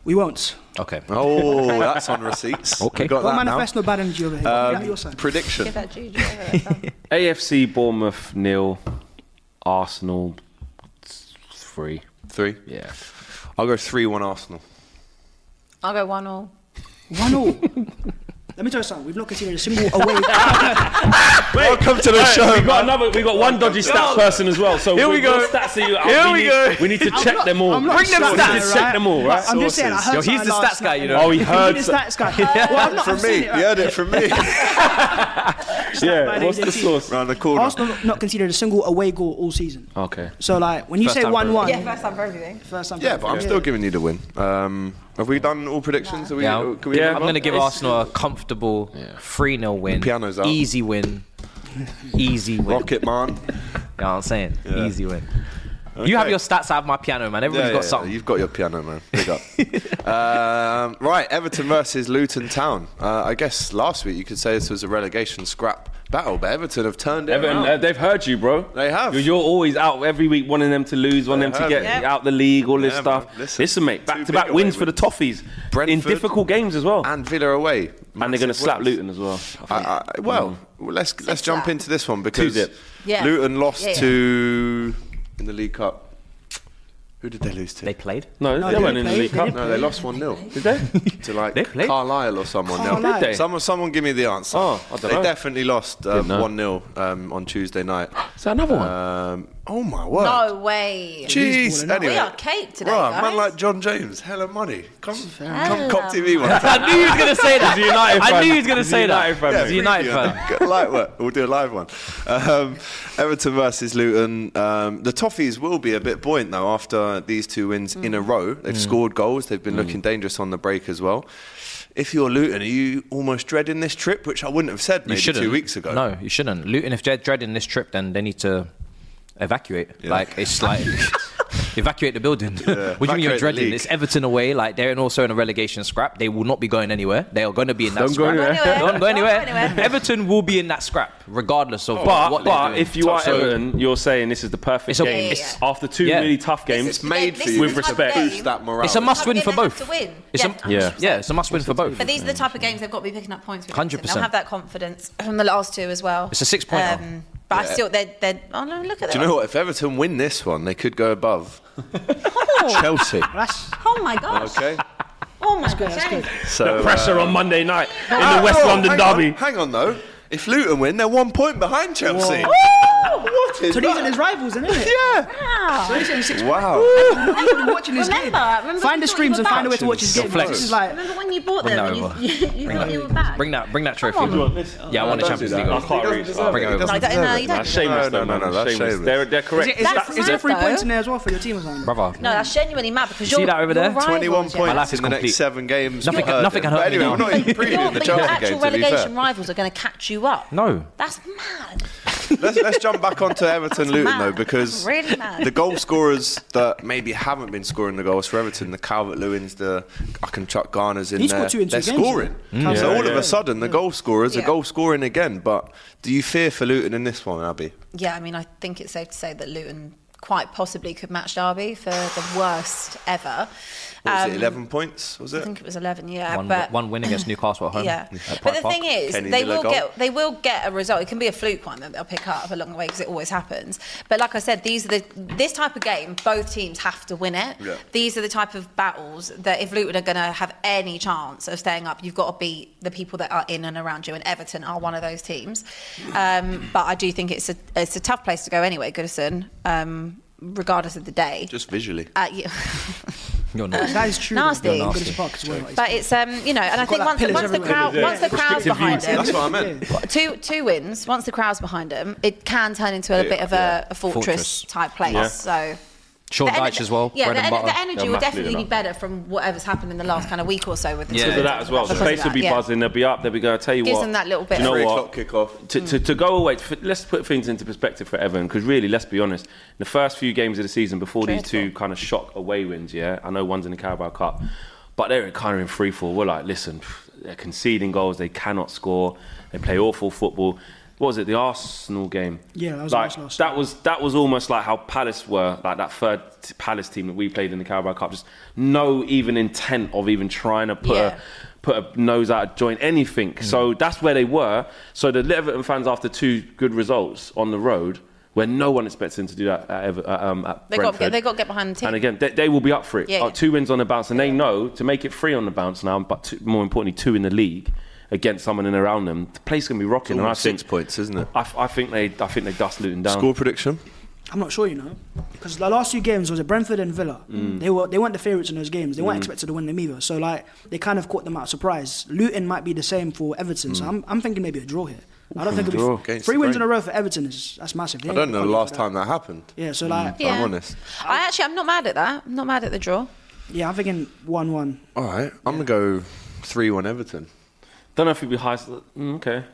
E: We won't.
F: okay.
B: Oh, that's on receipts.
F: Okay.
B: We got
E: Don't
B: that now.
E: manifest no bad energy over here. Get out your
B: Um,
E: side.
B: prediction.
D: Give that Juju over that thumb.
C: AFC Bournemouth nil, Arsenal three.
B: Three.
C: Yeah.
B: I'll go three one Arsenal.
D: I'll go one all.
E: One all. Let me tell you something. We've not conceded a single away.
B: Welcome to the show.
C: we got another. We got one dodgy stats person as well. So
G: Here we go.
C: what Stats are you,
G: Here we
C: need,
G: go.
C: We need to check
E: not-
C: them all.
E: I'm not
G: Bring them
E: sure,
G: stats,
C: We need to check them all, right?
E: I'm just saying. I heard
F: Yo, he's
E: something
F: the
E: last
F: stats guy,
E: night.
F: you know.
C: Oh, he heard.
E: He's the
C: so-
E: stats guy. Well, I've not-
B: From
E: I've seen
B: me.
E: it,
B: You
E: right?
B: heard it from me.
C: Yeah. What's the
E: Arsenal-
C: source?
B: Round the corner.
E: Arsenal have not conceded a single away goal all season.
B: Oh.
C: Okay.
E: So like when you
F: First
E: say
F: time for
E: one-one,
D: Yeah, first time for everything.
E: first time.
B: Yeah, but I'm still giving you the win. Um, have we done all predictions? Are we,
F: Yeah,
B: Can we
C: Yeah.
B: move
F: I'm
B: on?
F: gonna give Arsenal a comfortable three 0 win.
B: Piano's out.
F: Easy win. Easy win.
B: Rocket Man.
F: You know what I'm saying?
B: Yeah.
F: Easy win. You have your stats. I have my piano, man.
B: Yeah,
F: Everybody's
B: yeah,
F: got something.
B: yeah, You've got your piano, man. Big up. um, right, Everton versus Luton Town. Uh, I guess last week you could say this was a relegation scrap battle, but Everton have turned it
C: Everton,
B: around.
C: uh, they've heard you, bro.
B: They have.
C: You're, you're always out every week, wanting them to lose, wanting
B: They
C: them to
B: have.
C: get
B: Yep.
C: out the league, all this
B: Yeah, man.
C: stuff.
B: Listen,
C: Listen, mate,
B: two
C: back to back
B: big
C: wins
B: away
C: for the Toffees in
B: Brentford.
C: difficult games as well, and,
B: and Villa away.
C: they're going to
B: Massive
C: slap
B: wins.
C: Luton as well.
B: I, I, well,
F: Mm.
B: let's let's jump
D: slap.
B: into this one because
C: dip.
D: Yeah.
B: Luton lost
D: Yeah, yeah.
B: to in the League Cup. Who did they lose to?
F: They played.
C: No,
E: No,
C: they
E: they
C: weren't in the
E: played,
C: League
E: they
C: Cup.
E: didn't
B: no, they lost one 0
C: Did they?
B: to like
F: They played?
B: Carlisle or someone. now.
E: Carlisle.
C: Did they?
B: Someone, someone, give me the answer.
C: Oh, I dunno.
B: they definitely lost
C: Didn't
B: one
C: know.
B: 0 um, on Tuesday night.
C: Is that another one?
B: Um, oh my word!
D: No way.
B: Jeez. Anyway,
D: We are caked today,
B: Bruh,
D: guys.
B: man like John James, hella money. Come, come,
D: enough.
B: cop TV one. time.
F: I knew he was gonna say that.
C: He's a United
F: I
C: fan.
F: knew he was gonna
C: He's a
F: say
C: United fan,
F: that. He's a
C: mate.
F: United
B: Yeah,
F: fan.
B: good live one. We'll do a live one. Um, Everton versus Luton. Um, the Toffees will be a bit buoyant though after these two wins in a row. They've scored goals. They've been looking dangerous on the break as well. If you're Luton, are you almost dreading this trip? Which I wouldn't have said
F: You
B: maybe
F: shouldn't.
B: two weeks ago.
F: No, you shouldn't. Luton, if they're dreading this trip, then they need to evacuate. Like it's like evacuate the building. what do you mean
B: Evacuate
F: you're
B: the
F: dreading?
B: league.
F: It's Everton away. Like they're in also in a relegation scrap. They will not be going anywhere. They are going to be in that
C: Don't go
F: scrap.
C: anywhere.
F: Don't go anywhere. Everton will be in that scrap, regardless of
C: But,
F: what they're
C: but
F: doing.
C: if you are
F: So-
C: Everton, you're saying this is the perfect
F: It's a-
C: game.
D: it's-
C: After two
F: Yeah.
C: really tough
D: This
C: games,
B: It's
D: is-
B: made
D: this
B: for
D: is
B: you.
D: the
C: With
D: type of
C: respect.
D: game-
B: Boost that morale.
F: it's a must
D: Have
F: win
D: it,
F: for
D: they have
F: both.
D: to win.
F: It's
D: Yeah.
F: a,
C: Yeah.
F: yeah, it's a must win for both.
D: But these are the type of games they've got to be picking up points. with.
F: 100%.
D: They'll have that confidence from the last two as well. Um,
F: It's a six-pointer.
D: but I still, they're, they're. Oh no, look at that.
B: Do you know what? If Everton win this one, they could go above Chelsea.
E: That's
D: Oh my gosh.
B: Okay.
D: Oh my gosh. that is-
B: So
C: pressure on Monday night in
B: Ah,
C: the West
B: oh,
C: London
B: hang on,
C: derby.
B: hang on though. If Luton win, they're one point behind Chelsea. What is
E: So these
B: that?
E: are his rivals, isn't it?
B: Yeah.
D: Wow.
E: So he's in six.
B: Wow.
E: You've been watching his
H: Remember,
E: game.
H: remember
E: find the
H: we thought
E: streams and
H: you were
E: find a way to
B: back.
E: watch his game.
F: Flex.
E: This is like
H: Remember when you bought
F: Bring
H: them
F: that
H: and
F: over.
H: you, you, you thought you were back?
F: Bring that, bring that trophy. Yeah, I want the
B: Don't
F: Champions
B: do
F: League.
B: that.
C: I
F: over.
C: can't reach.
B: Bring it over.
D: I don't know. You
C: Nah,
D: don't.
C: shameless,
B: No, no,
C: though, man.
B: no, no, that's shameless.
C: They're, they're
E: is
C: correct.
E: it, is,
D: That's
E: is there
D: mad,
E: three
D: though.
E: points in there as well for your team or something?
F: Brother.
D: No, that's genuinely mad because
F: You
D: you're
F: see that over there?
D: you're
B: 21
D: rivals, yeah.
B: points
F: life
B: in
F: is
B: the next
F: complete.
B: seven games.
F: Nothing-
B: you've heard
F: nothing can
B: them.
F: hurt
B: But
F: me
B: anyway,
F: now.
B: we're not even
D: But your,
B: previewing the
D: but your
B: Chelsea
D: actual
B: game, to be fair.
D: relegation rivals are going to catch you up.
F: No.
D: That's mad.
B: let's, let's jump back onto Everton Luton
D: mad.
B: though, because
D: That's really mad.
B: the goal scorers that maybe haven't been scoring the goals for Everton, the Calvert Lewins, the I can chuck Garner's in
E: He
B: there.
E: scored two in two
B: They're
E: games,
B: scoring,
E: didn't he? Mm.
B: so
E: Yeah,
B: all of
E: yeah.
B: a sudden the goal scorers
D: Yeah.
B: are goal scoring again. But do you fear for Luton in this one, Abby?
D: Yeah, I mean, I think it's safe to say that Luton quite possibly could match Derby for the worst ever.
B: What was
D: Um,
B: it? Eleven points was
D: I
B: it?
D: think it was 11, yeah.
F: One,
D: but
F: one win against Newcastle at home.
D: Yeah,
F: at
D: but
F: Park
D: the
F: Park.
D: thing is,
B: Kenny
D: they
B: Miller
D: will
B: goal.
D: get they will get a result. It can be a fluke one that they'll pick up along the way because it always happens. But like I said, these are the this type of game. Both teams have to win it.
B: Yeah.
D: These are the type of battles that if Luton are going to have any chance of staying up, you've got to beat the people that are in and around you. And Everton are one of those teams. Um, but I do think it's a it's a tough place to go anyway, Goodison. Um, regardless of the day.
B: Just visually.
D: Uh, yeah.
F: You're not.
E: That is true.
D: Nasty.
E: though. Goodison Park as well.
D: But it's um you know, and I think
E: like,
D: once,
E: pillars
D: once the
E: everywhere.
D: crowd once the crowd's
C: Restrictive
D: behind
C: views.
D: it,
B: That's what I meant.
D: two two wins once the crowd's behind them it can turn into a bit of a, a fortress,
F: Fortress.
D: type place
C: Yeah.
D: so
F: Sean
D: the ener-
F: Dyche as well.
D: yeah
F: bread
D: the,
F: and
D: en-
F: butter.
D: the energy
C: They're
D: will
C: massively
D: definitely be
C: enough.
D: better from whatever's happened in the last kind of week or so with the
F: Yeah.
D: team.
C: Because of that as well. The
D: Because of
C: place will
D: that,
C: be
D: yeah.
C: buzzing. They'll be up. They'll be going. I tell you
D: Gives
C: what.
D: them that little bit
C: do You
D: of- Mm.
C: know
B: Three
C: what?
B: o'clock kickoff.
C: to, to, to go away, f- let's put things into perspective for Everton, because really, let's be honest, the first few games of the season before these two kind of shock away wins, yeah, I know one's in the Carabao Cup, but they're kind of in free fall. We're like, listen, pff, they're conceding goals, they cannot score, they play awful football. What was it, the Arsenal game?
E: Yeah, that was
C: like,
E: Arsenal.
C: That was, that was almost like how Palace were, like that third t- Palace team that we played in the Carabao Cup, just no even intent of even trying to put
D: Yeah.
C: a put a nose out of joint, anything.
B: Mm.
C: So that's where they were. So the Everton fans, after two good results on the road, where no one expects them to do that at, Ever, uh, um, at
D: They got to
C: Brentford.
D: get- they got to get behind the team.
C: And again, they, they will be up for it.
D: Yeah,
C: Uh,
D: yeah.
C: Two wins on the bounce, and they know to make it three on the bounce now, but two, more importantly, two in the league against someone in and around them. The place can be rocking. And I
B: Almost
C: think,
B: six points, isn't it?
C: I, f- I think they, I think they dust Luton down.
B: Score prediction.
E: I'm not sure, you know, because the last two games was at Brentford and Villa.
B: Mm.
E: They were they weren't the favourites in those games. They weren't expected to win them either. So like they kind of caught them out of surprise. Luton might be the same for Everton. So I'm, I'm thinking maybe a draw here. I don't think
B: Mm. Draw
E: it'll be
B: against
E: three
B: the
E: wins in
B: grain.
E: a row for Everton is that's massive. They
B: I
E: ain't
B: don't know the
E: qualified
B: last
E: for that.
B: time Mm. that happened.
E: Yeah, so like yeah.
B: I'm honest.
D: I actually I'm not mad at that I'm not mad at the draw
E: I'm thinking one one.
B: All right, I'm gonna go three-one Everton.
C: Don't know if it'd be high. Mm, okay.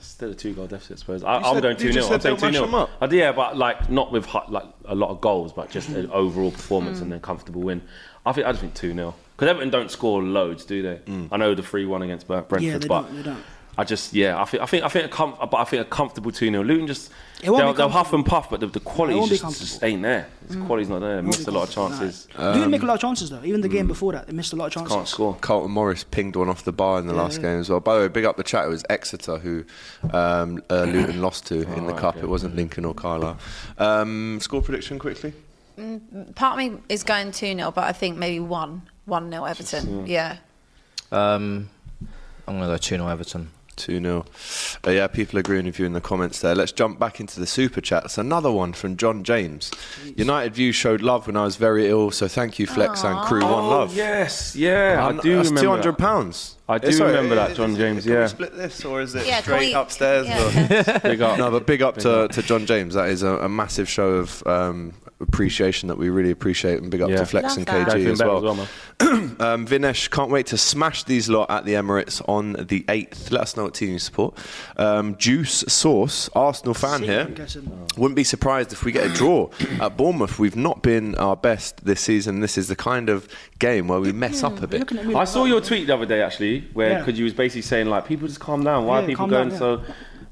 C: Still a two goal deficit, I suppose. I, I'm
B: said-
C: going 2
B: you
C: 0.
B: just
C: I'm
B: said
C: saying
B: they'll mash
C: 2
B: 'em
C: 0.
B: up.
C: I did, yeah, but like not with hi- like a lot of goals, but just
E: Mm.
C: an overall performance and then comfortable win. I think I just think 2 0. Because Everton don't score loads, do they? I know the 3 1 against Bre- Brentford,
E: Mm. they
C: but
E: don't- they don't.
C: I just, yeah, I think I think I think a, com- but I think a comfortable 2 0. Luton just,
E: It won't be
C: they'll, they'll huff
E: comfortable.
C: and puff, but the, the quality
E: won't be
C: just, just
E: comfortable. Mm.
C: ain't there. The quality's not there. They missed a lot of chances. Um, mm.
E: Luton make a lot of chances though. Even the game before that, they missed a lot of chances.
C: Can't score.
B: Carlton Morris pinged one off the bar in the last game as well. By the way, big up the chat. It was Exeter who um, uh, Luton lost to in the cup. It wasn't Lincoln or Carlisle. Um, score prediction quickly.
D: part of me is going 2-0 but I think maybe 1 1-0 Everton yeah
F: Um, I'm going to go 2 0 Everton.
B: 2 0. Uh, yeah, people agreeing with you in the comments there. Let's jump back into the super chats. Another one from John James. United View showed love when I was very ill, so thank you, Flex and crew. One love.
C: Yes, Oh, yeah, I
B: And
C: do
B: that's
C: remember.
B: two hundred
C: that.
B: pounds.
C: I do remember that, John James,
B: Can we
C: yeah.
B: split this or is it
D: Yeah, can
B: straight
D: we-
B: upstairs?
D: yeah,
B: or-
C: Big up.
B: No, but big up to, to John James. That is a, a massive show of um, appreciation that we really appreciate, and big up
C: Yeah.
B: to Flex
D: Love
B: and KG
D: that.
C: Going
B: as
C: back
B: well.
C: as well, man.
B: um, Vinesh, can't wait to smash these lot at the Emirates on the 8th. Let us know what team you support. Um, Juice Sauce, Arsenal fan
E: City,
B: here.
E: I'm guessing.
B: Wouldn't be surprised if we get a draw at Bournemouth. We've not been our best this season. This is the kind of game where we mess up a bit.
E: Hmm, Looking at me
C: I
E: like
C: saw
E: that.
C: your tweet the other day actually, where
E: Yeah.
C: because you was basically saying like people just calm down. Why
E: Yeah,
C: are people
E: calm
C: going
E: down,
C: so?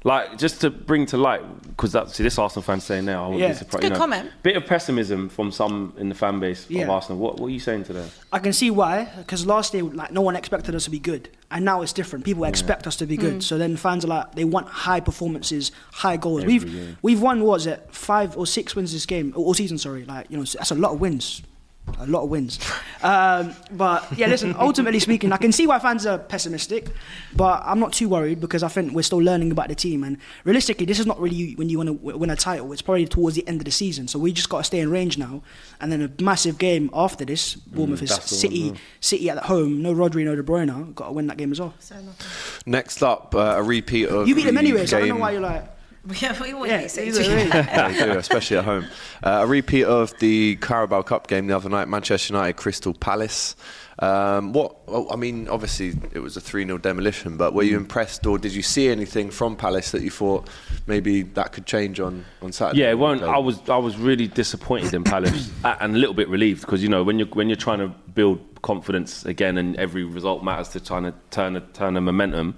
C: Like just to bring to light, because that's see this Arsenal fan saying now. I wouldn't
E: Yeah.
C: be
E: It's a
C: surprised. you
D: good
C: know.
D: comment.
C: Bit of pessimism from some in the fan base of
E: Yeah.
C: Arsenal. What, what are you saying to them?
E: I can see why, because last year, like, no one expected us to be good, and now it's different. People expect us to be good, so then fans are like, they want high performances, high goals. we've we've won what was it five or six wins this game or season? Sorry, like you know, that's a lot of wins. a lot of wins. Um, but yeah, listen, ultimately speaking, I can see why fans are pessimistic, but I'm not too worried because I think we're still learning about the team. And realistically, this is not really when you want to win a title, it's probably towards the end of the season. So we just got to stay in range now. And then a massive game after this, Bournemouth is
B: that's the one,
E: City, City at home, no Rodri, no De Bruyne, got to win that game as well.
B: Next up, uh, a repeat of
E: You beat them
B: the
E: anyway, so I don't know
B: game-
E: why you're like,
D: Yeah, we always
E: yeah,
D: beat
E: either
D: City.
E: way.
B: Yeah, they do, especially at home. Uh, a repeat of the Carabao Cup game the other night, Manchester United Crystal Palace. Um, what oh, I mean, obviously it was a 3 0 demolition, but were
C: Mm.
B: you impressed or did you see anything from Palace that you thought maybe that could change on, on Saturday?
C: Yeah, it won't. I was I was really disappointed in Palace a- and a little bit relieved because you know when you're when you're trying to build confidence again and every result matters to trying to turn a turn a momentum.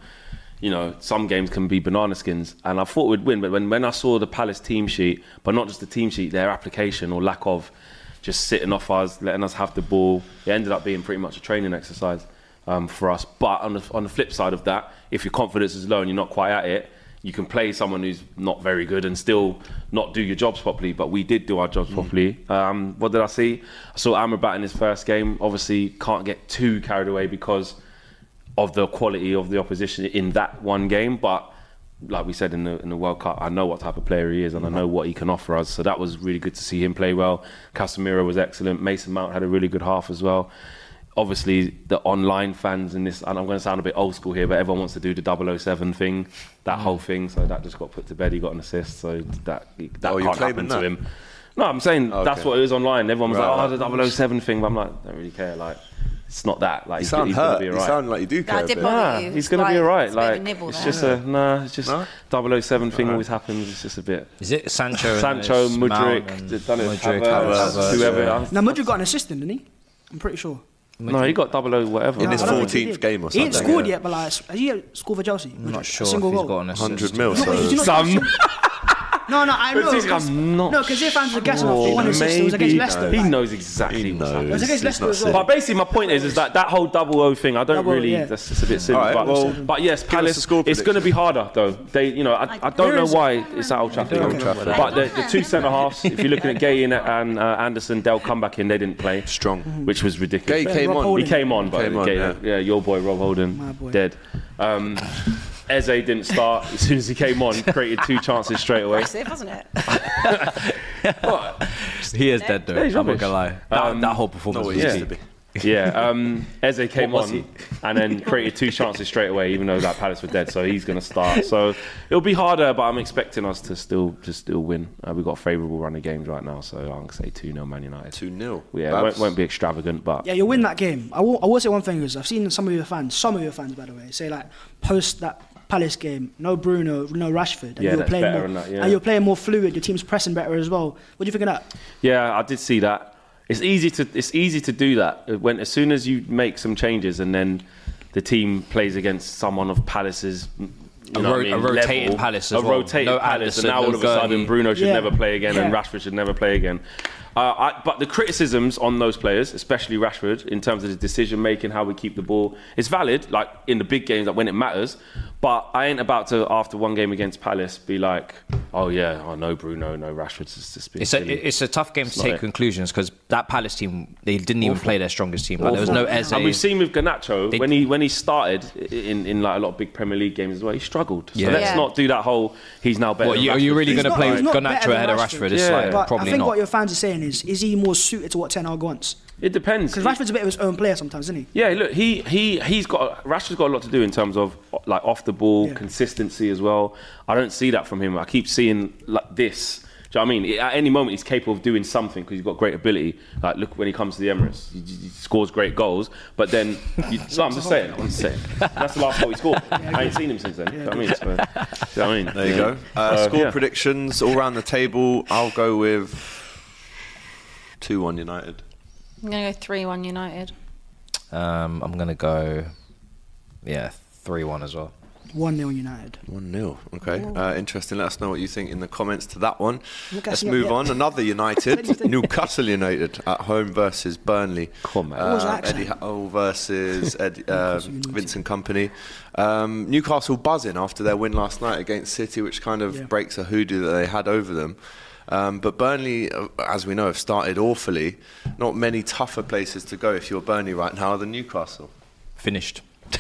C: You know, some games can be banana skins, and I thought we'd win, but when when I saw the Palace team sheet, but not just the team sheet, their application or lack of, just sitting off us, letting us have the ball, it ended up being pretty much a training exercise um, for us. But on the, on the flip side of that, if your confidence is low and you're not quite at it, you can play someone who's not very good and still not do your jobs properly. But we did do our jobs properly. Um, what did I see? I saw Amrabat in his first game. Obviously, can't get too carried away because of the quality of the opposition in that one game. But like we said in the in the World Cup, I know what type of player he is and I know what he can offer us. So that was really good to see him play well. Casemiro was excellent. Mason Mount had a really good half as well. Obviously, the online fans in this, and I'm going to sound a bit old school here, but everyone wants to do the 007 thing, that
B: Mm.
C: whole thing. So that just got put to bed. He got an assist, so that that
B: Oh, you're
C: can't happen
B: claiming
C: to
B: that? Oh,
C: him. No, I'm saying
B: Okay.
C: that's what it was online. Everyone was
B: Right.
C: like, "Oh, the 007 thing," but I'm like, "Don't really care." Like, it's not that. Like,
B: You
C: he's,
B: sound
C: he's gonna
B: hurt.
C: be
B: You
C: alright.
B: sound like you do
D: That
B: care. a
D: did
B: bit.
D: bother
C: Nah,
D: you.
C: Ah, he's gonna be
D: Like,
C: alright.
D: it's a bit of a
C: Like
D: nibble
C: it's
D: there.
C: just a nah. It's just
B: No?
C: 007 thing always happens. It's just a bit.
F: Is it Sancho? and
C: Sancho,
F: it's
C: Mudrik,
F: Mount and
C: d- done it,
F: Mudrik,
C: Havertz,
F: Havertz,
C: whoever.
F: yeah.
C: else.
E: Now, Mudrid got an assistant, didn't he? I'm pretty sure.
C: No, he got 00 whatever.
B: In his
E: I don't think he
B: 14th
E: did.
B: game or
E: He ain't
B: something,
E: scored
B: yeah.
E: yet, but like, has he scored for Chelsea?
F: I'm not
E: A
F: sure if he's
E: single goal.
F: got an assist.
B: 100 mil.
E: No,
B: so-
E: but you know-
C: Some.
E: No, no, I know.
C: But he's-
E: 'cause-
C: I'm not
E: No, because their fans were guessing after
C: Or
E: one assist. It was against
C: maybe-
E: Leicester.
C: He
E: like-
C: knows exactly.
B: He
C: what's
B: knows.
C: happening.
E: was against
B: He's
E: Leicester
B: not
E: as well.
B: silly.
C: But basically, my point is, is that that whole double O thing, I don't
E: Double O,
C: really.
E: yeah.
C: That's just a bit silly.
B: All right,
C: but,
B: well,
C: but yes,
B: us
C: Palace.
B: a score
C: it's going to
B: prediction.
C: be harder, though. They, you know, I, I don't know
E: is-
C: why it's at Old Trafford.
B: Old Trafford.
C: But the, the two centre halves, if you're looking at Gay and, and uh, Anderson, they'll come back in. They didn't play,
E: Mm.
B: Strong.
C: which was ridiculous.
B: Gay came
E: Rob
B: on.
E: Holding.
C: He came on, but
B: Came on,
C: Gay-
B: yeah.
C: yeah. your boy Rob Holden,
E: My boy.
C: dead. Um, Eze didn't start as soon as he came on. Created two chances straight away.
D: Impressive, wasn't it?
F: He is dead though.
C: Yeah, he's
F: I'm not
C: rubbish.
F: gonna lie. That,
C: Um,
F: that whole performance
B: what
F: was
B: he
C: Yeah.
B: used to be.
C: Yeah, um, Eze came
F: What was
C: on
F: he?
C: and then created two chances straight away, even though that Palace were dead. So he's going to start. So it'll be harder, but I'm expecting us to still to still win. Uh, we've got a favourable run of games right now, so I'm going to say 2 0 Man United.
B: 2 0.
C: Yeah, it won't, won't be extravagant, but
E: Yeah, you'll win that game. I will, I will say one thing is I've seen some of your fans, some of your fans, by the way, say like post that Palace game, no Bruno, no Rashford, and
C: Yeah,
E: you're
C: that's
E: playing
C: better
E: more,
C: than that, yeah.
E: and you're playing more fluid. Your team's pressing better as well. What do you think of that?
C: Yeah, I did see that. It's easy to it's easy to do that uh, when as soon as you make some changes and then the team plays against someone of Palace's. You
F: A
C: know
F: ro-
C: what I mean,
F: a rotating
C: level,
F: Palace as
C: a
F: well.
C: rotating
F: No
C: Palace,
F: Anderson,
C: and now
F: no
C: all of a sudden
F: Gurney.
C: Bruno should
E: Yeah.
C: never play again, and
E: Yeah.
C: Rashford should never play again. Uh, I, but the criticisms on those players, especially Rashford, in terms of his decision making, how we keep the ball, it's valid. Like in the big games, like when it matters. But I ain't about to after one game against Palace be like, oh yeah, I know Bruno, no Rashford's just, just being
F: It's
C: silly."
F: a, it's a tough game to
C: not
F: take
C: it.
F: conclusions because that Palace team they didn't even play their strongest team. Like, there was no Eze.
C: And we've seen with Ganacho
F: They-
C: when he when he started in, in like a lot of big Premier League games as well, he struggled. So
F: Yeah.
C: let's
D: Yeah.
C: not do that whole he's now better.
F: What,
C: than
F: you- are you
C: Rashford
F: really
C: thing.
F: gonna
E: He's
F: play
E: he's better
F: Garnacho
E: than
F: ahead of Rashford, it's
C: Yeah. like,
E: but
F: probably
E: I think
F: not.
E: what your fans are saying is, is he more suited to what Ten Hag wants?
C: It depends.
E: Because Rashford's a bit of his own player sometimes, isn't he?
C: Yeah, look, he he he's got Rashford's got a lot to do in terms of like off the ball
E: Yeah.
C: consistency as well. I don't see that from him. I keep seeing like this. Do you know what I mean? At any moment, he's capable of doing something because he's got great ability. Like, look when he comes to the Emirates, he, he scores great goals. But then, you, no, I'm just saying, I'm just saying. That's the last goal he scored. I ain't seen him since then. Do you know what I mean? So, do you know what I mean?
B: There you go. Uh,
C: So,
B: score
C: yeah.
B: predictions all round the table. I'll go with 2 1 United.
D: I'm going to go 3 1 United.
F: Um, I'm gonna go, yeah, three one as well.
E: One 0 United.
B: 1 0. Okay. Uh, interesting. Let us know what you think in the comments to that one.
E: Newcastle,
B: Let's
E: yeah,
B: move
E: yeah.
B: on. Another United. Newcastle United at home versus Burnley.
C: Come on.
B: Uh,
E: What was that
B: Eddie
E: accent?
B: Howe versus Ed, uh, Vincent Company. Um, Newcastle buzzing after their win last night against City, which kind of
E: Yeah.
B: breaks a hoodoo that they had over them. Um, but Burnley, uh, as we know, have started awfully. Not many tougher places to go if you're Burnley right now than Newcastle.
F: Finished.
D: Do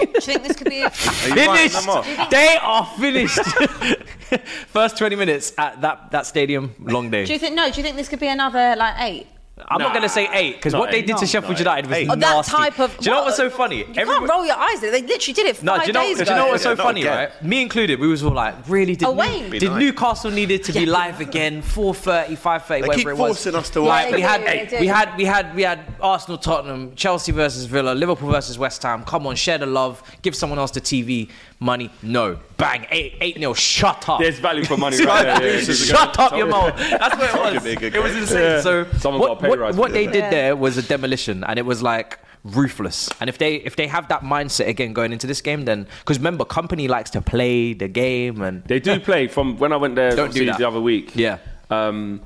D: you think this could be? A,
B: Are you writing
F: Finished.
B: them off?
F: They are finished. First 20 minutes at that, that stadium, long day.
D: do you think no? Do you think this could be another like eight?
F: I'm not
C: Nah.
F: going to say eight because
C: Not
F: what they
C: eight.
F: did to
C: No,
F: Sheffield
C: not
F: United was
B: eight.
D: Oh,
F: nasty.
D: that type of.
F: Do you know what's so funny?
D: You can't roll your eyes. at it. They literally did it five
F: No, do you know,
D: days
F: do
D: ago.
F: you know what's so
B: Yeah, not
F: funny,
B: again.
F: right? Me included, we was all like, really did,
D: Away.
F: New-
D: Be
F: did
B: nice.
F: Newcastle needed to be
D: Yeah.
F: live again, 4.30, 5.30,
B: They
F: whatever
B: keep
F: it was.
B: forcing us to
D: Yeah,
B: watch
D: they
F: we
D: do,
F: had
D: they do.
F: we had we had we had Arsenal, Tottenham, Chelsea versus Villa, Liverpool versus West Ham. Come on, share the love, give someone else the TV money. No, bang, eight eight nil. Shut up.
C: There's value for money right there. Yeah, yeah, yeah.
F: Shut up, your mouth. That's what it
B: Told you
F: was.
B: it'd be a good
F: It was
B: game.
F: insane. So
C: Someone
F: what,
C: got a pay
F: what-
C: rise for
F: what
C: this,
F: they
C: I
F: did
D: think.
F: there was a demolition, and it was like ruthless. And if they if they have that mindset again going into this game, then because remember, company likes to play the game, and
C: They do play from when I went there
F: Don't do
C: obviously,
F: that.
C: the other week.
F: yeah,
C: Um,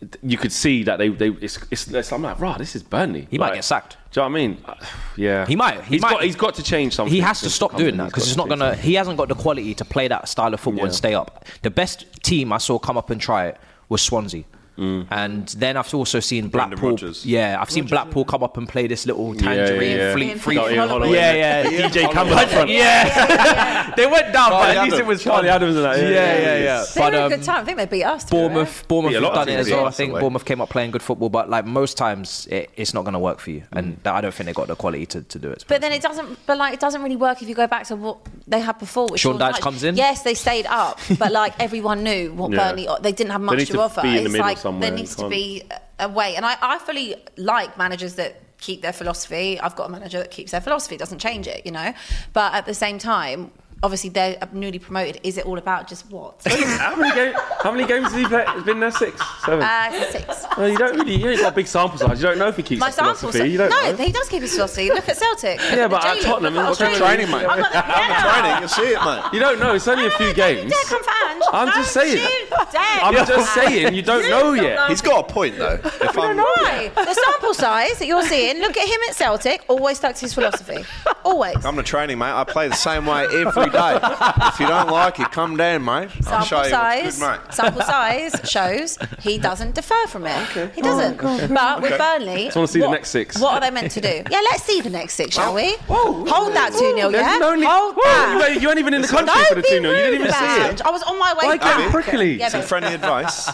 C: th- you could see that they they it's, it's, it's I'm like rah this is Burnley.
F: He might
C: Like,
F: get sacked.
C: Do you know what I mean? Uh, Yeah,
F: He might- he
C: He's
F: might.
C: got he's got to change something.
F: he has to
C: He's
F: stop
C: got
F: doing that
C: he's
F: because
C: got
F: it's not
C: change
F: gonna. He hasn't got the quality to play that style of football and
C: Yeah.
F: stay up. The best team I saw come up and try it was Swansea.
C: Mm.
F: And then I've also seen
B: Brendan
F: Blackpool.
B: Rodgers.
F: Yeah, I've seen Blackpool come up and play this little tangerine
C: yeah.
F: fleet
D: Ian
F: free.
D: Got Ian Holloway.
F: Yeah, yeah,
B: Ian
C: DJ
B: Holloway.
C: Campbell up front.
F: Yeah. they went down, but
B: Charlie
F: at least it
B: Adams.
F: was
C: Charlie
F: fun.
C: Adams and that, yeah,
F: yeah,
C: yeah,
F: yeah.
C: yeah.
F: yeah.
D: They
F: But
D: had a
F: um,
D: good time. I think they beat us. to be
F: Bournemouth, Bournemouth
C: Yeah, a
F: have
C: lot of
F: done it
C: teams
F: as
C: beat
F: well. I
B: us
F: think
B: away.
F: Bournemouth came up playing good football, but like most times, it, it's not going to work for you, and
C: Mm.
F: I don't think they got the quality to, to do it.
D: But then it doesn't. But like, it doesn't really work if you go back to what they had before. Which
F: Sean Dyche
D: Dyche-
F: comes in?
D: Yes, they stayed up, but like everyone knew what
C: Yeah.
D: Burnley. They didn't have much
C: need
D: to,
C: to
D: offer.
C: be in the
D: it's
C: middle
D: like
C: somewhere,
D: there
C: you
D: needs to
C: can't-
D: be a a way. And I, I fully like managers that keep their philosophy. I've got a manager that keeps their philosophy, doesn't change it, you know. But at the same time. Obviously, they're newly promoted. Is it all about just what?
C: How many, ga- how many games has he played? It's been there six, seven.
D: Uh, six.
C: well, you don't really. You ain't got a big sample size. You don't know if he keeps
D: My
C: his
D: sample
C: philosophy. You don't
D: no,
C: know.
D: he does keep his philosophy. Look at Celtic.
C: Yeah, but at
D: J-League,
C: Tottenham,
D: look at
C: what kind of
D: Australia.
B: training, mate?
D: I've got the- yeah.
B: Training, you see it, mate.
C: you don't know. It's only a few games.
D: Don't you dare come for Ange.
C: I'm just
D: Don't
C: saying.
D: you dare
C: I'm
D: come
C: just
D: for Ange.
C: saying, you don't know
D: don't
C: yet.
D: know.
B: He's got a point though. If I'm
D: Why? The sample size that you're seeing, look at him at Celtic, always stuck to his philosophy. Always.
B: I'm the training mate, I play the same way every day. if you don't like it, come down, mate. I'll show
D: Sample
B: you
D: size,
B: what's good, mate.
D: sample size shows he doesn't defer from it. He doesn't. But with Burnley,
C: Oh, Just wanna see the
D: what,
C: next six.
D: What are they meant to do? Yeah, let's see the next six, shall we? Hold that two 0
C: There's
D: yeah.
C: no need-
D: Hold
C: Whoa, you
D: that.
C: ain't- you weren't even in the country
D: Don't
C: for the
D: be
C: two 0 You didn't
D: rude
C: even see
D: about
C: it.
D: I was on my way
C: Why
D: back.
C: can't prickly?
D: Yeah,
B: Some
D: but-
B: friendly advice.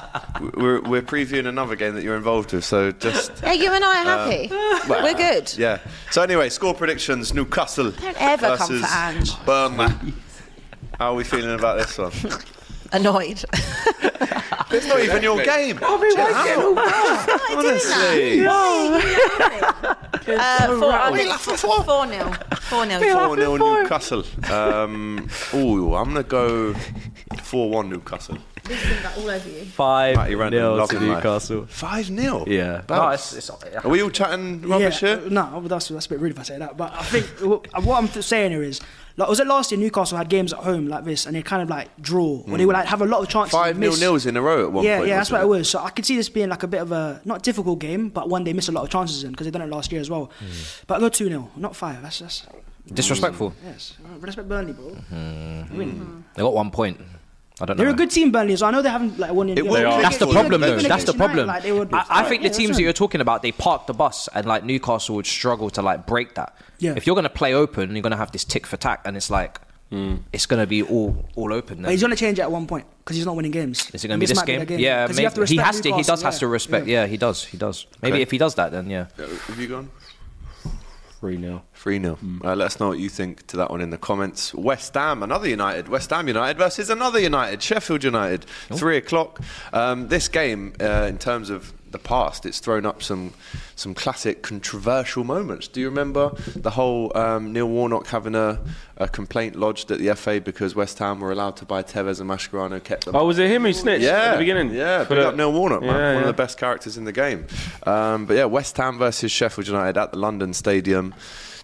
B: We're, we're previewing another game that you're involved with, so just
D: yeah, you and I are
C: Um,
D: happy.
C: uh,
D: We're good.
B: yeah. So anyway, score predictions: Newcastle
D: Don't ever come
B: versus
D: for Ange.
B: Burnley. How are we feeling about this one?
D: Annoyed.
B: It's not even your game.
D: Oh,
B: Honestly,
D: Uh, four, I think four, four nil. Four nil.
B: four 0 Newcastle. Um, ooh, I'm gonna go four one Newcastle.
D: All over you.
F: five
B: Matty Randall,
F: nil
B: love
F: to
B: him, mate.
F: Newcastle.
B: Five 0
F: Yeah, no, it's, it's,
B: Are we all chatting rubbish
E: yeah,
B: here?
E: uh, No, that's, that's a bit rude if I say that. But I think wh- what I'm th- saying here is, like, was it last year Newcastle had games at home like this and they kind of like draw or they would like have a lot of chances.
B: Hmm. Five nil
E: miss.
B: nils in a row at one
E: Yeah,
B: point.
E: yeah, that's what
B: wasn't
E: it was. So I could see this being like a bit of a not difficult game, but one they miss a lot of chances in because they done it last year as well.
B: Hmm.
E: But I go two 0 not five. That's that's
F: disrespectful.
E: yes. Respect Burnley, bro.
F: They got one point. I don't know.
E: They're a good team, Burnley. So I know they haven't like won in.
B: It will be
F: That's the
B: They
F: problem,
B: were
F: though.
B: good
F: That's the
B: against
F: problem.
E: Like, they would,
F: I, I think the
E: Yeah,
F: teams
E: that's
F: that
E: right.
F: you're talking about, they park the bus, and like Newcastle would struggle to like break that.
E: Yeah.
F: If you're going to play open, you're going to have this tick for tack, and it's like it's going to be all all open.
E: But
F: Then.
E: he's gonna change it at one point because he's not winning games.
F: Is it going to be this
E: might
F: game?
E: their
F: Yeah,
E: 'Cause
F: maybe.
E: you have
F: he
E: to respect
F: has to. He
E: Newcastle,
F: does has to
E: yeah.
F: respect. Yeah. he does. He does. Maybe
B: Okay.
F: if he does that, then yeah.
B: Have you gone?
C: Three 0
B: Three 0 uh, Let us know what you think to that one in the comments. West Ham, another United. West Ham United versus another United. Sheffield United. Three o'clock. Um, this game, uh, in terms of the past, it's thrown up some some classic controversial moments. Do you remember the whole um, Neil Warnock having a, a complaint lodged at the FA because West Ham were allowed to buy Tevez and Mascherano kept them?
C: Oh, was it him who snitched
B: Yeah,
C: at the beginning?
B: Yeah,
C: For
B: big
C: the-
B: up Neil Warnock, man.
C: Yeah,
B: One of
C: yeah.
B: the best characters in the game. Um, but yeah, West Ham versus Sheffield United at the London Stadium.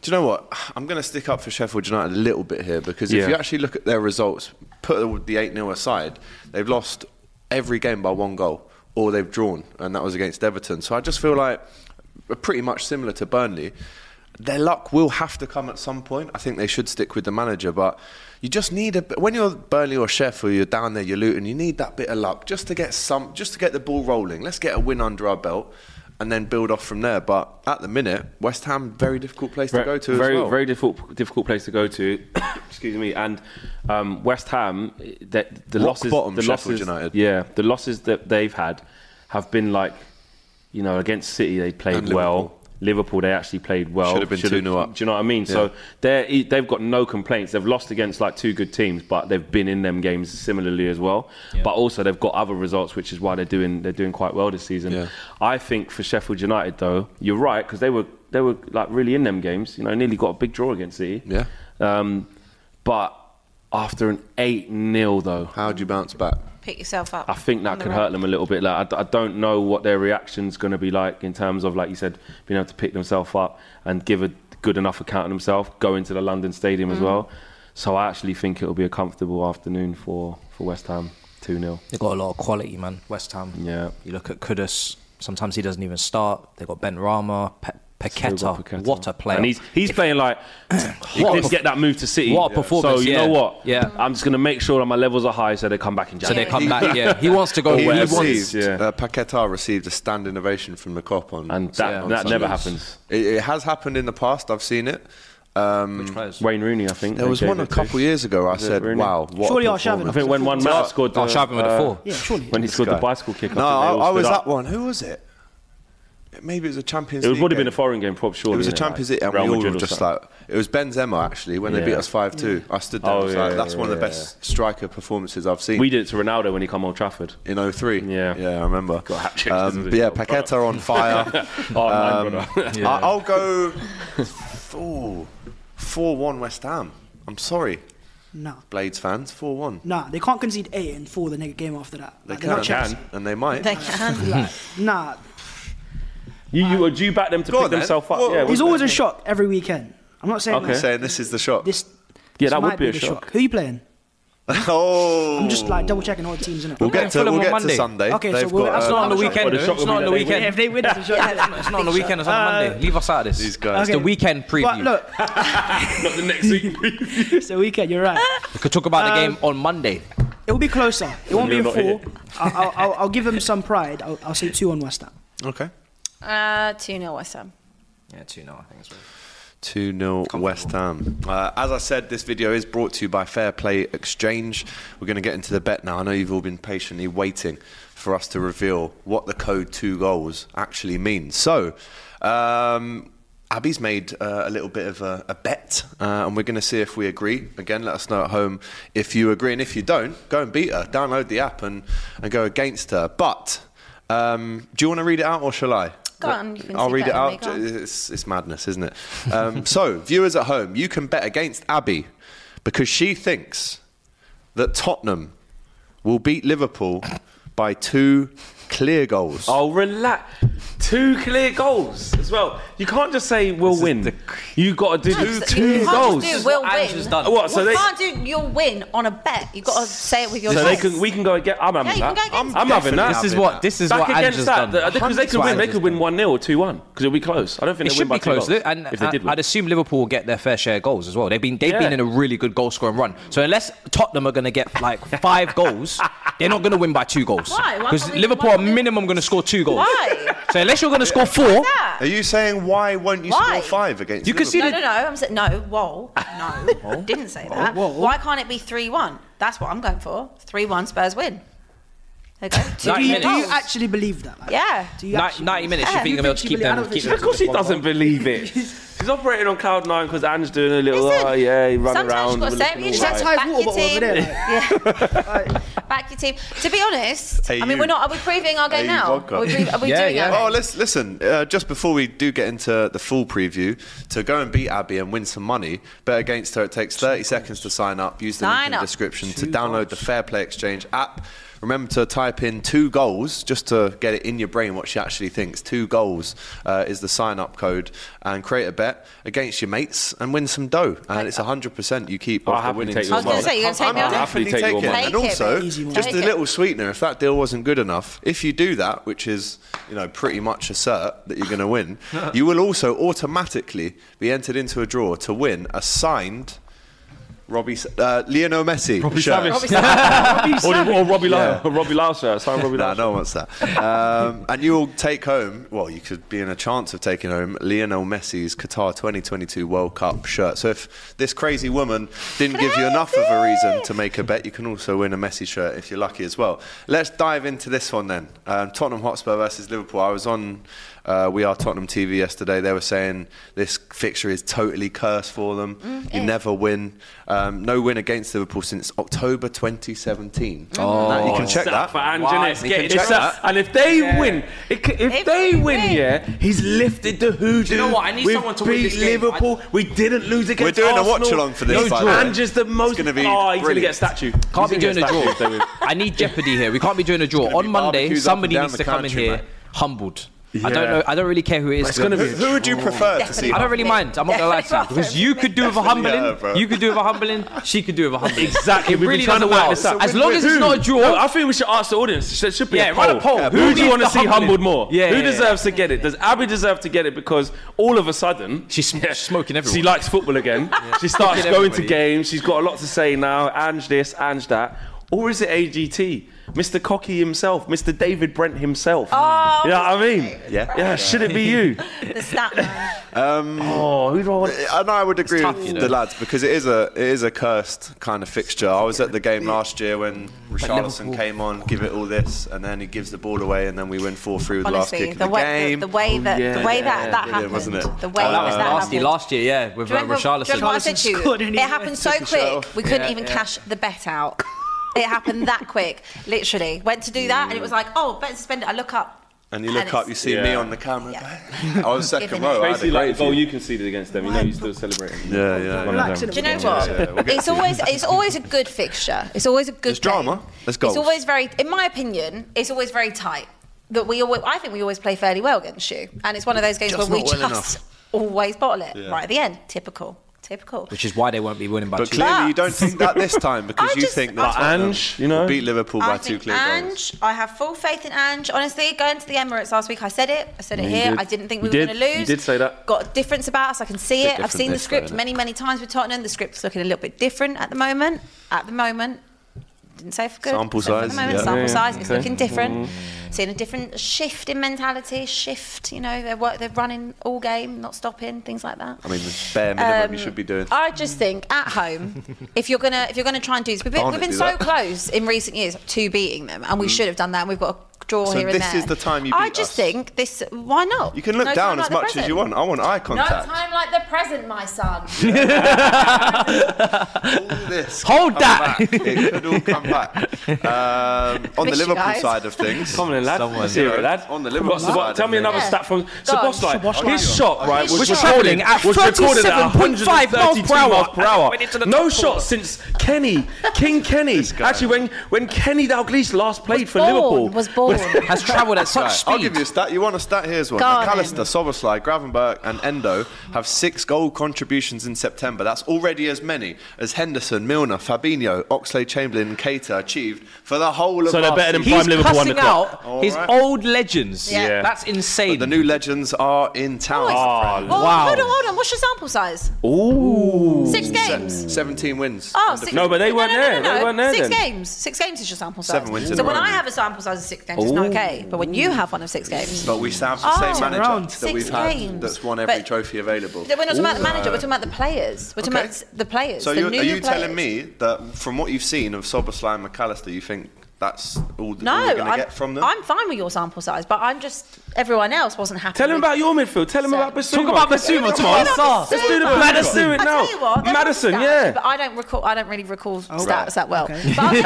B: Do you know what? I'm going to stick up for Sheffield United a little bit here because if
C: Yeah.
B: you actually look at their results, put the- the 8 0 aside, they've lost every game by one goal or they've drawn, and that was against Everton. So I just feel like pretty much similar to Burnley. Their luck will have to come at some point. I think they should stick with the manager, but you just need a bit- when you're Burnley or Sheffield, you're down there, you're looting. You need that bit of luck just to get some, just to get the ball rolling. Let's get a win under our belt, and then build off from there. But at the minute, West Ham very difficult place to go to
C: very
B: as well.
C: very difficult difficult place to go to. excuse me. And um, West Ham, that the
B: Rock
C: losses,
B: bottom,
C: the
B: Sheffield
C: losses,
B: United.
C: yeah, the losses that they've had have been like, you know, against City they played
B: And
C: well.
B: Liverpool.
C: Liverpool, they actually played well.
B: Should have been 2-0 up.
C: Do you know what I mean? So they they've got no complaints. They've lost against like two good teams, but they've been in them games similarly as well. But also they've got other results, which is why they're doing they're doing quite well this season.
B: Yeah.
C: I think for Sheffield United though, you're right because they were they were like really in them games. You know, nearly got a big draw against City.
B: Yeah.
C: Um, but after an eight 0 though,
B: How do you bounce back?
D: Pick yourself up.
C: I think
D: on
C: that
D: the
C: could
D: road.
C: hurt them a little bit. Like I d- I, don't know what their reaction's going to be like in terms of, like you said, being able to pick themselves up and give a good enough account of themselves, go into the London Stadium
D: Mm.
C: as well. So I actually think it'll be a comfortable afternoon for, for West Ham, 2 0.
F: They've got a lot of quality, man. West Ham.
C: Yeah.
F: You look at Kudus. Sometimes he doesn't even start. They've got Ben Rama, Pe- Paqueta. What a player.
C: And he's, he's playing like, he
F: What a
C: didn't
F: perf-
C: get that move to City.
F: what a performance,
C: So you
F: yeah.
C: know what?
F: Yeah.
C: I'm just going to make sure that my levels are high so they come back in
F: so they
C: January.
F: come back. Yeah, he wants to go.
B: He
F: He
C: West-
F: wants.
B: received,
C: yeah.
B: uh, Paqueta received a standing ovation from the cop on,
C: And that-
B: on
C: that never
B: Sunday.
C: happens.
B: It, it has happened in the past. I've seen it. Um,
C: Wayne Rooney, I think.
B: there
C: they
B: was
C: gave
B: one a
C: it to.
B: couple years ago. I
C: Was it
B: said,
C: Rooney?
B: "Wow, what
E: Surely
B: a
E: Arshavin.
B: performance."
C: I think when one man scored, the,
F: Oh, Sharpen with a four.
E: Yeah, surely.
C: when he scored
B: This
C: the
B: guy.
C: bicycle kick.
B: No,
C: I, think they
B: I,
C: all
B: I
C: stood
B: was
C: up.
B: that one. Who was it? Maybe it was a Champions
C: It
B: League.
C: would have
B: game.
C: been a foreign game, prop. Surely
B: It was a
C: innit?
B: Champions
C: Like
B: League, and
C: Real
B: we all
C: Madrid
B: were
C: or
B: just
C: something.
B: like it was Benzema actually when they
C: Yeah.
B: beat us five two. I stood there.
C: Oh,
B: I was like,
C: yeah,
B: that's one of the
C: yeah,
B: best striker performances I've seen
C: we did it to Ronaldo when he come Old Trafford.
B: in 03.
C: Yeah.
B: yeah, I remember.
C: Got hat-tricked,
B: Um,
C: isn't
B: but
C: he?
B: yeah,
C: Oh,
B: Paqueta on fire.
C: Oh, man,
B: Um,
C: brother.
B: I, I'll go four four one West Ham. I'm sorry,
E: Nah.
B: Blades fans, four one.
E: Nah, they can't concede eight and four the next game after that.
B: They
E: Like, they're
B: can,
E: not Chelsea.
B: and they might.
D: They can.
E: Nah,
C: you, you, would you back them to
B: Go
C: pick
B: on then.
C: themselves up?
B: Well,
C: yeah,
E: he's
C: wouldn't
E: always
C: they?
E: a shock every weekend. I'm not saying
C: Okay.
E: like,
B: Saying this is the shot.
E: this.
C: Yeah,
E: this
C: that would
E: might
C: be a
E: the
C: shock.
E: Who you playing?
B: oh,
E: I'm just like double checking all the teams in it.
B: We'll get to
F: Fulham
B: we'll
F: on
B: get to
F: Monday.
B: Sunday.
E: Okay, so
B: They've
E: we'll-
B: got,
E: that's
B: uh,
F: It's not
E: not
F: on the
E: Well,
F: weekend.
C: the
F: though.
C: shock
F: It's not on
C: will
F: the
C: be that they
E: Yeah, if
F: weekend.
E: they win, it's a shock.
F: It's not on the weekend. It's on Monday. Leave us out of this.
B: uh, These guys.
F: It's the
E: Okay.
F: weekend preview.
E: But look,
C: Not the next week.
E: it's the weekend. You're right.
F: we could talk about the game on Monday.
E: It will be closer. It won't be
C: you're
E: a
C: not
E: four.
C: here.
E: I'll, I'll- I'll, I'll give them some pride. I'll, I'll say two on West Ham.
B: okay.
D: Uh, 2 0 West Ham.
F: Yeah, two no, I think it's
B: 2 0 West Ham. Uh, as I said, this video is brought to you by Fair Play Exchange. We're going to get into the bet now. I know you've all been patiently waiting for us to reveal what the code two goals actually means. So, um, Abby's made uh, a little bit of a, a bet, uh, and we're going to see if we agree. Again, let us know at home if you agree, and if you don't, go and beat her. Download the app and, and go against her. But um, do you want to read it out, or shall I?
D: Go on, you can
B: I'll
D: see
B: read it
D: better than
B: out.
D: me, go on.
B: J- it's, it's madness, isn't it? Um, so, viewers at home, you can bet against Abby because she thinks that Tottenham will beat Liverpool by two clear goals.
C: Oh, relax. Two clear goals as well. You can't just say we'll win. you got to do
D: No, it's-
C: two
D: you can't
C: goals.
D: just do will
F: What Ange has
D: win.
F: done.
C: What? So
D: you
C: they-
D: can't do your win on a bet. You've got to say it with your
C: so they
D: chest.
C: can, we can go again. I'm having
D: you can
C: that.
D: go against
C: I'm,
D: it.
C: I'm having that.
B: Definitely.
F: This is what this is
C: Back
F: what Ange
C: against
F: has
C: that,
F: done.
C: the- because they could win. They could win one 0 or two one because it'll be close. I don't think
F: It
C: they win
F: should
C: by
F: be
C: two
F: close,
C: goals.
F: and
C: if they did
F: I-
C: win.
F: I'd assume Liverpool will get their fair share of goals as well. They've been they've
C: Yeah.
F: been in a really good goal scoring run. So unless Tottenham are going to get like five goals, they're not going to win by two goals.
D: Why? Why
F: Because
D: can't we
F: Liverpool
D: win
F: are
D: one nil?
F: minimum going to score two goals.
D: Why?
F: So unless you're going to score four,
D: that?
B: Are you saying why won't you
D: Why?
B: score five against?
F: You
B: Liverpool?
F: can see
D: No,
F: the-
D: no, no. I'm saying no. Whoa, no. Didn't say that. Why can't it be three-one? That's what I'm going for. Three-one Spurs win. There you go. Two
F: Nine
E: Do you,
D: clear
E: do you
D: goals.
E: actually believe that? Like,
D: Yeah.
E: Do you
F: ni-
E: actually-
F: ninety minutes, you
D: Yeah.
F: think you're going to be able to
E: You think
F: keep
E: she
F: them?
C: Of
E: believe-
C: course, he doesn't believe it. He's operating on cloud nine because Anne's doing a little,
D: Listen,
C: oh, yeah, he run
D: sometimes
C: around.
D: you've got to say it,
C: we're
D: you
C: looking all
D: just
E: That's
C: right.
E: high
D: Back
E: water
D: your
E: bottle over
D: team.
E: there. like.
D: Back your team. To be honest,
B: Hey,
D: I mean,
B: you.
D: we're not. Are we previewing our
B: Hey,
D: game
B: you
D: now?
B: vodka.
D: Are we, pre- are we
F: Yeah,
D: doing
F: yeah.
D: it?
B: Oh, let's listen. Uh, just before we do get into the full preview, to go and beat Abby and win some money, bet against her. It takes 30 seconds to sign up. Use the link
D: Sign
B: in
D: up.
B: the description to download the Fair Play Exchange app. Remember to type in two goals just to get it in your brain what she actually thinks. Two goals uh, is the sign up code and create a bet. bet against your mates and win some dough. And it's 100% you keep
C: I'll
B: off the
C: happily
B: winning
C: take your
D: I was gonna
B: side.
D: say, you're gonna take
B: I'm
D: me on?
B: definitely
C: Happily take
B: taking
C: your
B: it.
C: money.
B: And
D: Take it,
B: also,
D: mate. Easy one.
B: just a
D: Take it.
B: little sweetener. If that deal wasn't good enough, if you do that, which is you know pretty much a cert that you're going to win, you will also automatically be entered into a draw to win a signed Robbie S- uh, Lionel Messi shirt.
C: Savage. or, or Robbie Lyle. Robbie Lyle shirt. Sorry, Robbie
B: No,
C: Lyle.
B: no one wants that. Um, and you'll take home, well, you could be in a chance of taking home Lionel Messi's Qatar 2022 World Cup shirt. So if this crazy woman didn't give you enough of a reason to make a bet, you can also win a Messi shirt if you're lucky as well. Let's dive into this one then. Um, Tottenham Hotspur versus Liverpool. I was on uh, We Are Tottenham TV yesterday. They were saying this fixture is totally cursed for them. you
D: is.
B: never win. Um, no win against Liverpool since October 2017. Now, you can check
C: Oh, Sat
B: that.
C: for Ange,
G: Wow,
C: innit?
G: it's
C: You
B: getting-
C: can check
B: it's
C: that.
B: up.
C: And if they win, it, c- if,
D: If
C: they
D: they
C: win,
D: win.
C: yeah, he's lifted the hoodoo.
G: Do you know what? I need
C: We've
G: someone to
C: beat
G: win this game.
C: Liverpool. we didn't lose against.
B: doing a
C: Arsenal.
B: watch-along for this,
C: No,
B: by the way.
C: Ange is the most.
B: gonna be
C: oh, he's gonna
B: brilliant.
C: get a statue.
F: Can't be
C: He's gonna
F: doing a
C: get
F: draw.
C: statue if they win.
F: I need jeopardy here. We can't be doing a draw.
B: gonna be
F: On Monday,
B: barbecues up
F: somebody
B: and down
F: needs
B: the
F: to come in
B: country,
F: here
B: mate.
F: humbled. I
C: Yeah.
F: don't know. I don't really care who it is.
C: It's
F: to be
C: gonna
B: Who,
C: be
F: honest.
B: who would you prefer to see?
D: Definitely.
F: I don't really mind. I'm not gonna lie to you because you could do with a
B: Definitely,
F: humbling.
B: yeah, bro.
F: you could do with a humbling. She could do with a humbling.
C: Exactly.
F: It
C: We've
F: really
C: been trying to
F: doesn't
C: work
F: matter.
C: this out.
F: As long as it's not a
C: No, I
F: draw.
C: think we should ask the audience. There should be
F: Yeah,
C: a poll.
F: run a poll. Yeah,
C: Who
F: who
C: do you
F: needs
C: want to
F: the
C: see
F: humbling?
C: humbled more?
F: Yeah,
C: Who
F: yeah,
C: deserves to get it? Does Abby deserve to get it? Because all of a sudden
F: She's sm- smoking everyone.
C: She likes football again. She starts
F: Smoking
C: going to
F: everybody.
C: games. She's got a lot to say now. Ange this, Ange that. Or is it AGT? Mr. Cocky himself, Mr. David Brent himself.
D: Oh,
C: you know what I mean?
B: Yeah.
C: Yeah, should it be you?
D: The stat man.
C: oh, who do I want?
B: And I would agree
F: tough,
B: with
F: you know.
B: the lads because it is a it is a cursed kind of fixture. I was at the game last year when Richarlison came on, give it all this, and then he gives the ball away, and then we win four three with the last
D: Honestly,
B: kick
D: the,
B: of the,
D: way,
B: game. Oh,
D: the, the way that
C: yeah,
D: the way
C: yeah,
D: that that
B: brilliant,
D: happened,
B: wasn't it?
D: the way
B: Oh,
D: that,
B: that was
D: that
F: Nasty
D: happened.
F: last year, yeah, with
D: Do you
F: uh,
D: remember, do you remember
F: Richarlison.
D: what I said to
E: Richarlison
D: you?
E: scored, didn't
D: It
E: he?
D: happened so
E: Took the shirt
D: quick, we couldn't even cash the bet out. It happened that quick. Literally went to do that, and it was like, oh, bet suspended. I look up,
B: and you look
D: And
B: up, you
D: it's-
B: see me
C: Yeah.
B: on the camera.
D: Yeah.
B: I was second
D: Giving
B: row. I had
D: it.
B: a
C: Basically, like
B: great
C: the goal
B: view.
C: you conceded against them, you know, you still celebrating.
B: Yeah, yeah.
C: One of
E: Relax,
C: them.
E: innit?
D: Do you know what?
B: yeah, we'll get
D: it's
B: to it.
D: always it's always a good fixture. It's always a good.
B: There's drama.
D: game.
B: There's goals.
D: It's always very, in my opinion, it's always very tight. That we always, I think we always play fairly well against you, and it's one of those games
B: Just
D: where we
B: not well
D: just
B: enough.
D: always bottle it
B: Yeah.
D: right at the end. Typical, typical.
F: Which is why they won't be winning by
B: But
F: two.
B: clearly, you
D: But-
B: don't think that this time because
D: I
B: you
D: just-
B: think
D: I-
B: that Tottenham
C: Ange, you know?
B: will beat Liverpool
D: I
B: by two
D: think
B: clear
D: Ange,
B: goals.
D: I have full faith in Ange. Honestly, going to the Emirates last week, I said it. I said it
C: You
D: here.
C: did.
D: I didn't think
C: You
D: we
C: did.
D: were going to lose.
C: You did say that.
D: Got a difference about us. I can see it. I've
B: different
D: seen the
B: this time,
D: script
B: innit?
D: many, many times with Tottenham. The script's looking a little bit different at the moment. At the moment. Didn't say for good.
B: Sample
D: said for
B: size,
D: The moment,
B: yeah.
D: Sample
C: Yeah,
D: size.
C: yeah,
D: It's
C: okay.
D: looking different. Seeing a different shift in mentality, shift, you know, they're, wor- they're running all game, not stopping, things like that.
B: I mean, the bare minimum you
D: Um,
B: should be doing.
D: I just think at home, if you're gonna if you're gonna try and do this, we've been,
B: Darn
D: we've
B: it,
D: been
B: do
D: so
B: that. Mm.
D: close in recent years to beating them, and we should have done that. And we've got a draw
B: So
D: here and
B: this
D: there.
B: is the time you
D: I
B: beat
D: just
B: us.
D: think this. Why not?
B: You can look
D: No
B: down
D: time
B: as
D: like the
B: much as
D: present.
B: you want. I want eye
D: No
B: contact.
D: time like the present, my son.
B: all this could
F: Hold
B: come
F: that.
B: back. It could all come back. Um, on the
D: Miss you
B: Liverpool
D: guys.
B: side of things,
C: Come on, then, lad.
F: Someone-
C: Let's hear it, lad.
B: On the
C: We've got
B: Liverpool
C: Sabo-
B: side,
C: Tell me
B: then,
C: another
D: yeah.
C: stat from
D: Go on.
C: Soboslai. His
B: Soboslai.
C: shot, right, was,
D: His shot.
C: recorded
F: at
C: was recorded at
F: 37.5 miles per
C: 132
F: hour.
C: miles per hour.
F: Went into the
C: No
F: top
C: shot
F: corner.
C: since Kenny, King Kenny.
B: guy.
C: Actually, when when Kenny Dalglish last played for
D: born,
C: Liverpool,
D: was born.
F: Has travelled at such
B: Right, I'll give
F: speed.
B: you a stat. You want a stat? Here's one.
D: Go on
B: McAllister, Soberslay, Gravenberg, and Endo have six goal contributions in September. That's already as many as Henderson, Milner, Fabinho, Oxley, Chamberlain, and Keita achieved for the whole of
C: So they're
B: last
C: better than
B: season.
C: Prime
F: He's
C: Liverpool
F: cussing
C: underclock.
F: out
B: All
F: his
B: right.
F: old legends.
D: Yeah.
C: Yeah.
F: That's insane.
B: The new legends are in town.
C: Oh,
D: Well,
F: Wow.
D: Hold on, hold on. What's your sample size?
C: Ooh.
D: Six games.
B: 17 wins.
D: Oh,
B: Under-
D: six,
C: No, but they
D: no,
C: weren't
D: no, no,
C: there.
D: No, no,
C: They weren't there
D: Six
C: then.
D: games. Six games is your sample size.
B: Seven wins in
D: So
B: a
D: when
B: row.
D: I have a sample size of six games, it's not okay. But when you have one of six games,
B: But we still have the
D: Oh.
B: same manager
E: Round.
B: that
D: Six
B: we've had
D: games.
B: that's won every
D: But-
B: trophy available.
D: We're not talking about the
B: Ooh.
D: manager. We're talking about the players. We're talking
B: Okay.
D: about the players.
B: So
D: the
B: you're,
D: new
B: are you
D: players.
B: telling me that from what you've seen of Soberslay and McAllister, you think that's all that
D: No,
B: you're going to
D: I'm,
B: get from them?
D: I'm fine with your sample size, but I'm just everyone else wasn't happy.
C: Tell him
D: with-
C: about your midfield. Tell him
D: So-
C: about Basuma.
F: Talk about Basuma,
C: Let's
F: Tom.
C: do the- Let's do the
D: Basuma.
C: Let's do it
D: I
C: now.
D: tell you what, there was
C: Madison,
D: stats,
C: yeah.
D: But I don't recall. I don't really recall stats
B: Oh, Right.
D: that well. But I'll get it out- I'll get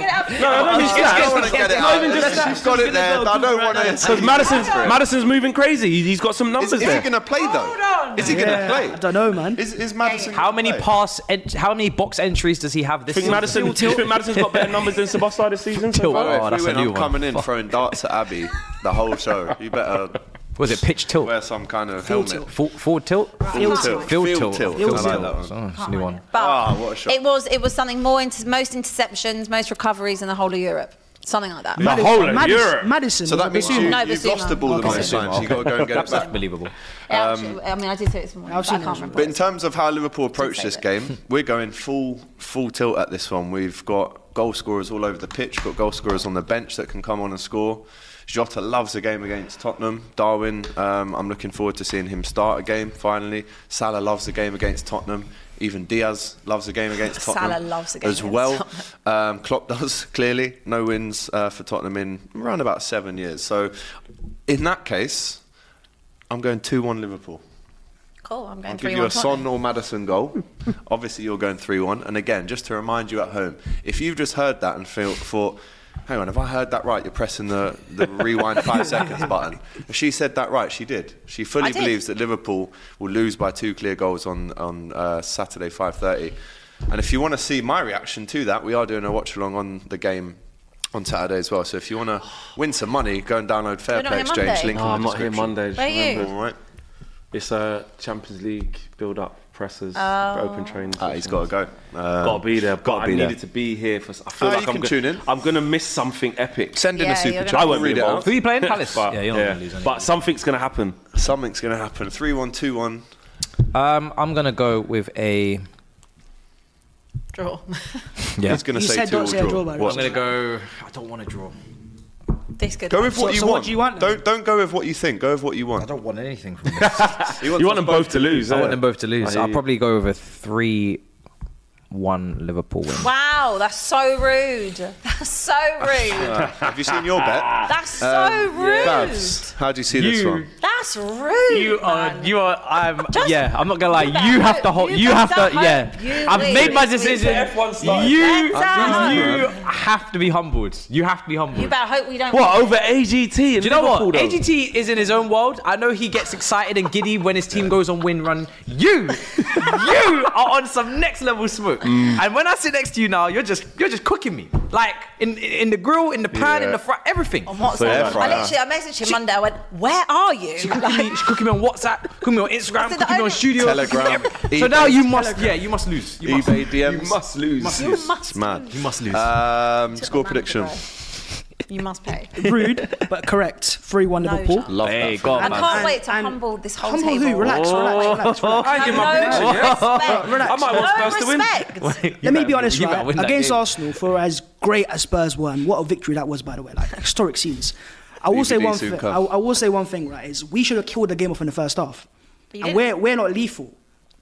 D: it out for you.
C: No, I don't need
B: Yeah, I
C: stats.
B: don't want to get it
C: It's not
B: out.
C: even just
B: She's got it there. but I don't want to.
C: Because Madison's, Madison's moving crazy. He- He's got some
B: Is,
C: numbers
B: is he
C: there.
B: going to play though?
D: Hold on.
B: Is he going to play?
E: I don't know, man.
B: Is, is Madison?
F: How
B: gonna
F: many
B: play?
F: pass? En- how many box entries does he have this
C: think
F: season?
C: Madison, do you think Madison's got better numbers than Soboslai this season? So
F: Tilt.
C: far?
B: By the way,
F: Oh,
B: if
F: that's
B: we
F: a
B: went,
F: new
B: I'm
F: one.
B: coming in throwing darts at Abby the whole show. You better
F: Was it pitch tilt?
B: Wear some kind of
E: Field
B: helmet.
F: Full, forward tilt?
E: Field tilt.
F: Field
B: Field
F: tilt.
B: tilt.
E: Field
F: I like
E: tilt.
F: that one. Oh, it's a new one.
D: But
B: Ah, what a shot.
D: it was it was something more into most interceptions, most recoveries in the whole of Europe, something like that.
C: The whole of
E: Madison,
C: Europe.
E: Madison.
B: So that means you,
D: No,
B: you've
D: Basuma.
B: lost the ball the
D: Okay.
B: most times. You've got to go and get it
F: That's
B: back.
F: unbelievable.
D: It
B: Um,
D: actually- I mean, I did say it this morning.
E: I've
D: but I
E: seen
D: can't
E: it.
D: remember.
B: But in terms of how Liverpool approach this
D: it.
B: game, we're going full full tilt at this one. We've got goal scorers all over the pitch, got goal scorers on the bench that can come on and score. Jota loves a game against Tottenham. Darwin, um, I'm looking forward to seeing him start a game finally. Salah loves a game against Tottenham. Even Diaz loves a game against Tottenham.
D: Salah loves a game
B: as
D: against
B: well.
D: Tottenham.
B: Um, Klopp does clearly no wins uh, for Tottenham in around about seven years. So, in that case, I'm going two-one Liverpool.
D: Cool. I'm going
B: I'll
D: three
B: give you a Son
D: Tottenham.
B: or Madison goal. Obviously, you're going 3 1. And again, just to remind you at home, if you've just heard that and feel, thought, hang on, have I heard that right? You're pressing the, the rewind five seconds button. If she said that right, she did. She fully
D: I did.
B: believes that Liverpool will lose by two clear goals on, on uh, Saturday, 5.30. And if you want to see my reaction to that, we are doing a watch along on the game. On Saturday as well, so if you want to win some money, go and download Fair
D: We're not
B: Play
D: here
B: Exchange. Link
D: Monday.
C: No,
B: in the
C: I'm not here
B: description.
C: Monday. just
D: Where are you?
C: remember.
B: All right,
C: It's a Champions League build-up pressers, open training.
B: Ah, he's got to go. Um,
C: Gotta be there. Gotta
B: be
C: I
B: there.
C: needed to be here for. s- I feel
B: Ah,
C: like
B: you
C: I'm
B: can
C: gonna,
B: tune in.
C: I'm gonna miss something epic.
B: Send in
D: Yeah,
B: a super
D: you're gonna-
B: chat.
C: I won't
B: Read
C: be
B: it out.
C: involved.
F: Who are you playing? Palace?
C: But,
F: yeah, you're not going to lose anything.
C: But something's gonna happen.
B: Something's going to happen. 3 1 2 1.
F: um, I'm going to go with a...
D: Draw.
F: Yeah.
B: He's going to
E: You
B: say
E: said
B: 2
E: don't
B: or
E: say a
B: draw.
E: draw, by the
B: What?
E: way.
F: to go... I don't want to draw.
D: this good.
B: Go with what
E: So-
B: you
E: so
B: want.
E: what do you want then?
B: Don't, don't go with what you think. Go with what you
F: I
B: want.
F: don't want anything from this.
B: wants
C: You want them both to lose.
F: I
C: eh?
F: want them both to
C: I
F: lose.
C: hear
F: I'll
C: you.
F: probably go with a 3 1 Liverpool win.
D: Wow, that's so rude. That's so rude.
B: Have you seen your bet? Um,
D: That's so Oh, rude.
B: Babs, how do you see this
F: You-
B: one?
D: That's rude.
F: You are,
D: man.
F: you are. I'm.
D: Just
F: yeah, I'm not gonna lie.
D: give that
F: You have
D: hope.
F: to hold.
D: You
F: You
D: give
F: have
D: that
F: to.
D: hope.
F: Yeah.
D: You
F: I've
D: leave.
F: made my
D: Leave the
F: decision.
D: F1
F: You,
D: started. That's
F: you
B: hope.
F: have to be humbled. You have to be humbled.
D: You better hope we don't.
C: What over AGT?
F: Do you know what? AGT is in his own world. I know he gets excited and giddy when his team goes on win run. You, you are on some next level smoke.
C: Mm.
F: And when I sit next to you now, you're just you're just cooking me like in in the grill, in the pan, in
B: Yeah.
F: the fry, everything.
D: On WhatsApp.
B: Yeah,
D: I
B: right.
D: literally, I messaged him Monday. I went, "Where are you?"
F: She cooking me, she cooking me on WhatsApp, cooking me on Instagram,
D: I said
F: cooking me
D: I
F: on
D: don't-
F: studio.
B: Telegram.
F: So
B: eBay-
F: now you must, yeah, you must lose. You must,
B: eBay DMs.
F: you must lose.
D: You must.
B: It's mad.
F: You must lose.
B: Um,
D: Took
B: score
D: my man to
B: prediction.
D: go. You must pay.
E: Rude, but correct. 3 1
D: No
E: Liverpool.
D: chance.
B: Love
F: Hey,
B: that.
F: go on,
D: I
F: man.
D: can't wait to
E: And-
D: humble this whole
E: Humble
D: table.
E: who? Relax, relax, relax, relax.
C: I give my prediction.
D: No
C: yeah?
D: respect.
C: I might want
D: No
C: Spurs to win.
D: respect.
E: Let me be honest,
F: you better
E: right?
F: win that
E: Against
F: game.
E: Arsenal, for as great as Spurs were, and what a victory that was, by the way, like historic scenes. I will say
B: DVD
E: one
B: soon
E: thing. I,
B: come.
E: I will say one thing, right? Is we should have killed the game off in the first half,
D: But you
E: and
D: didn't.
E: we're we're not lethal.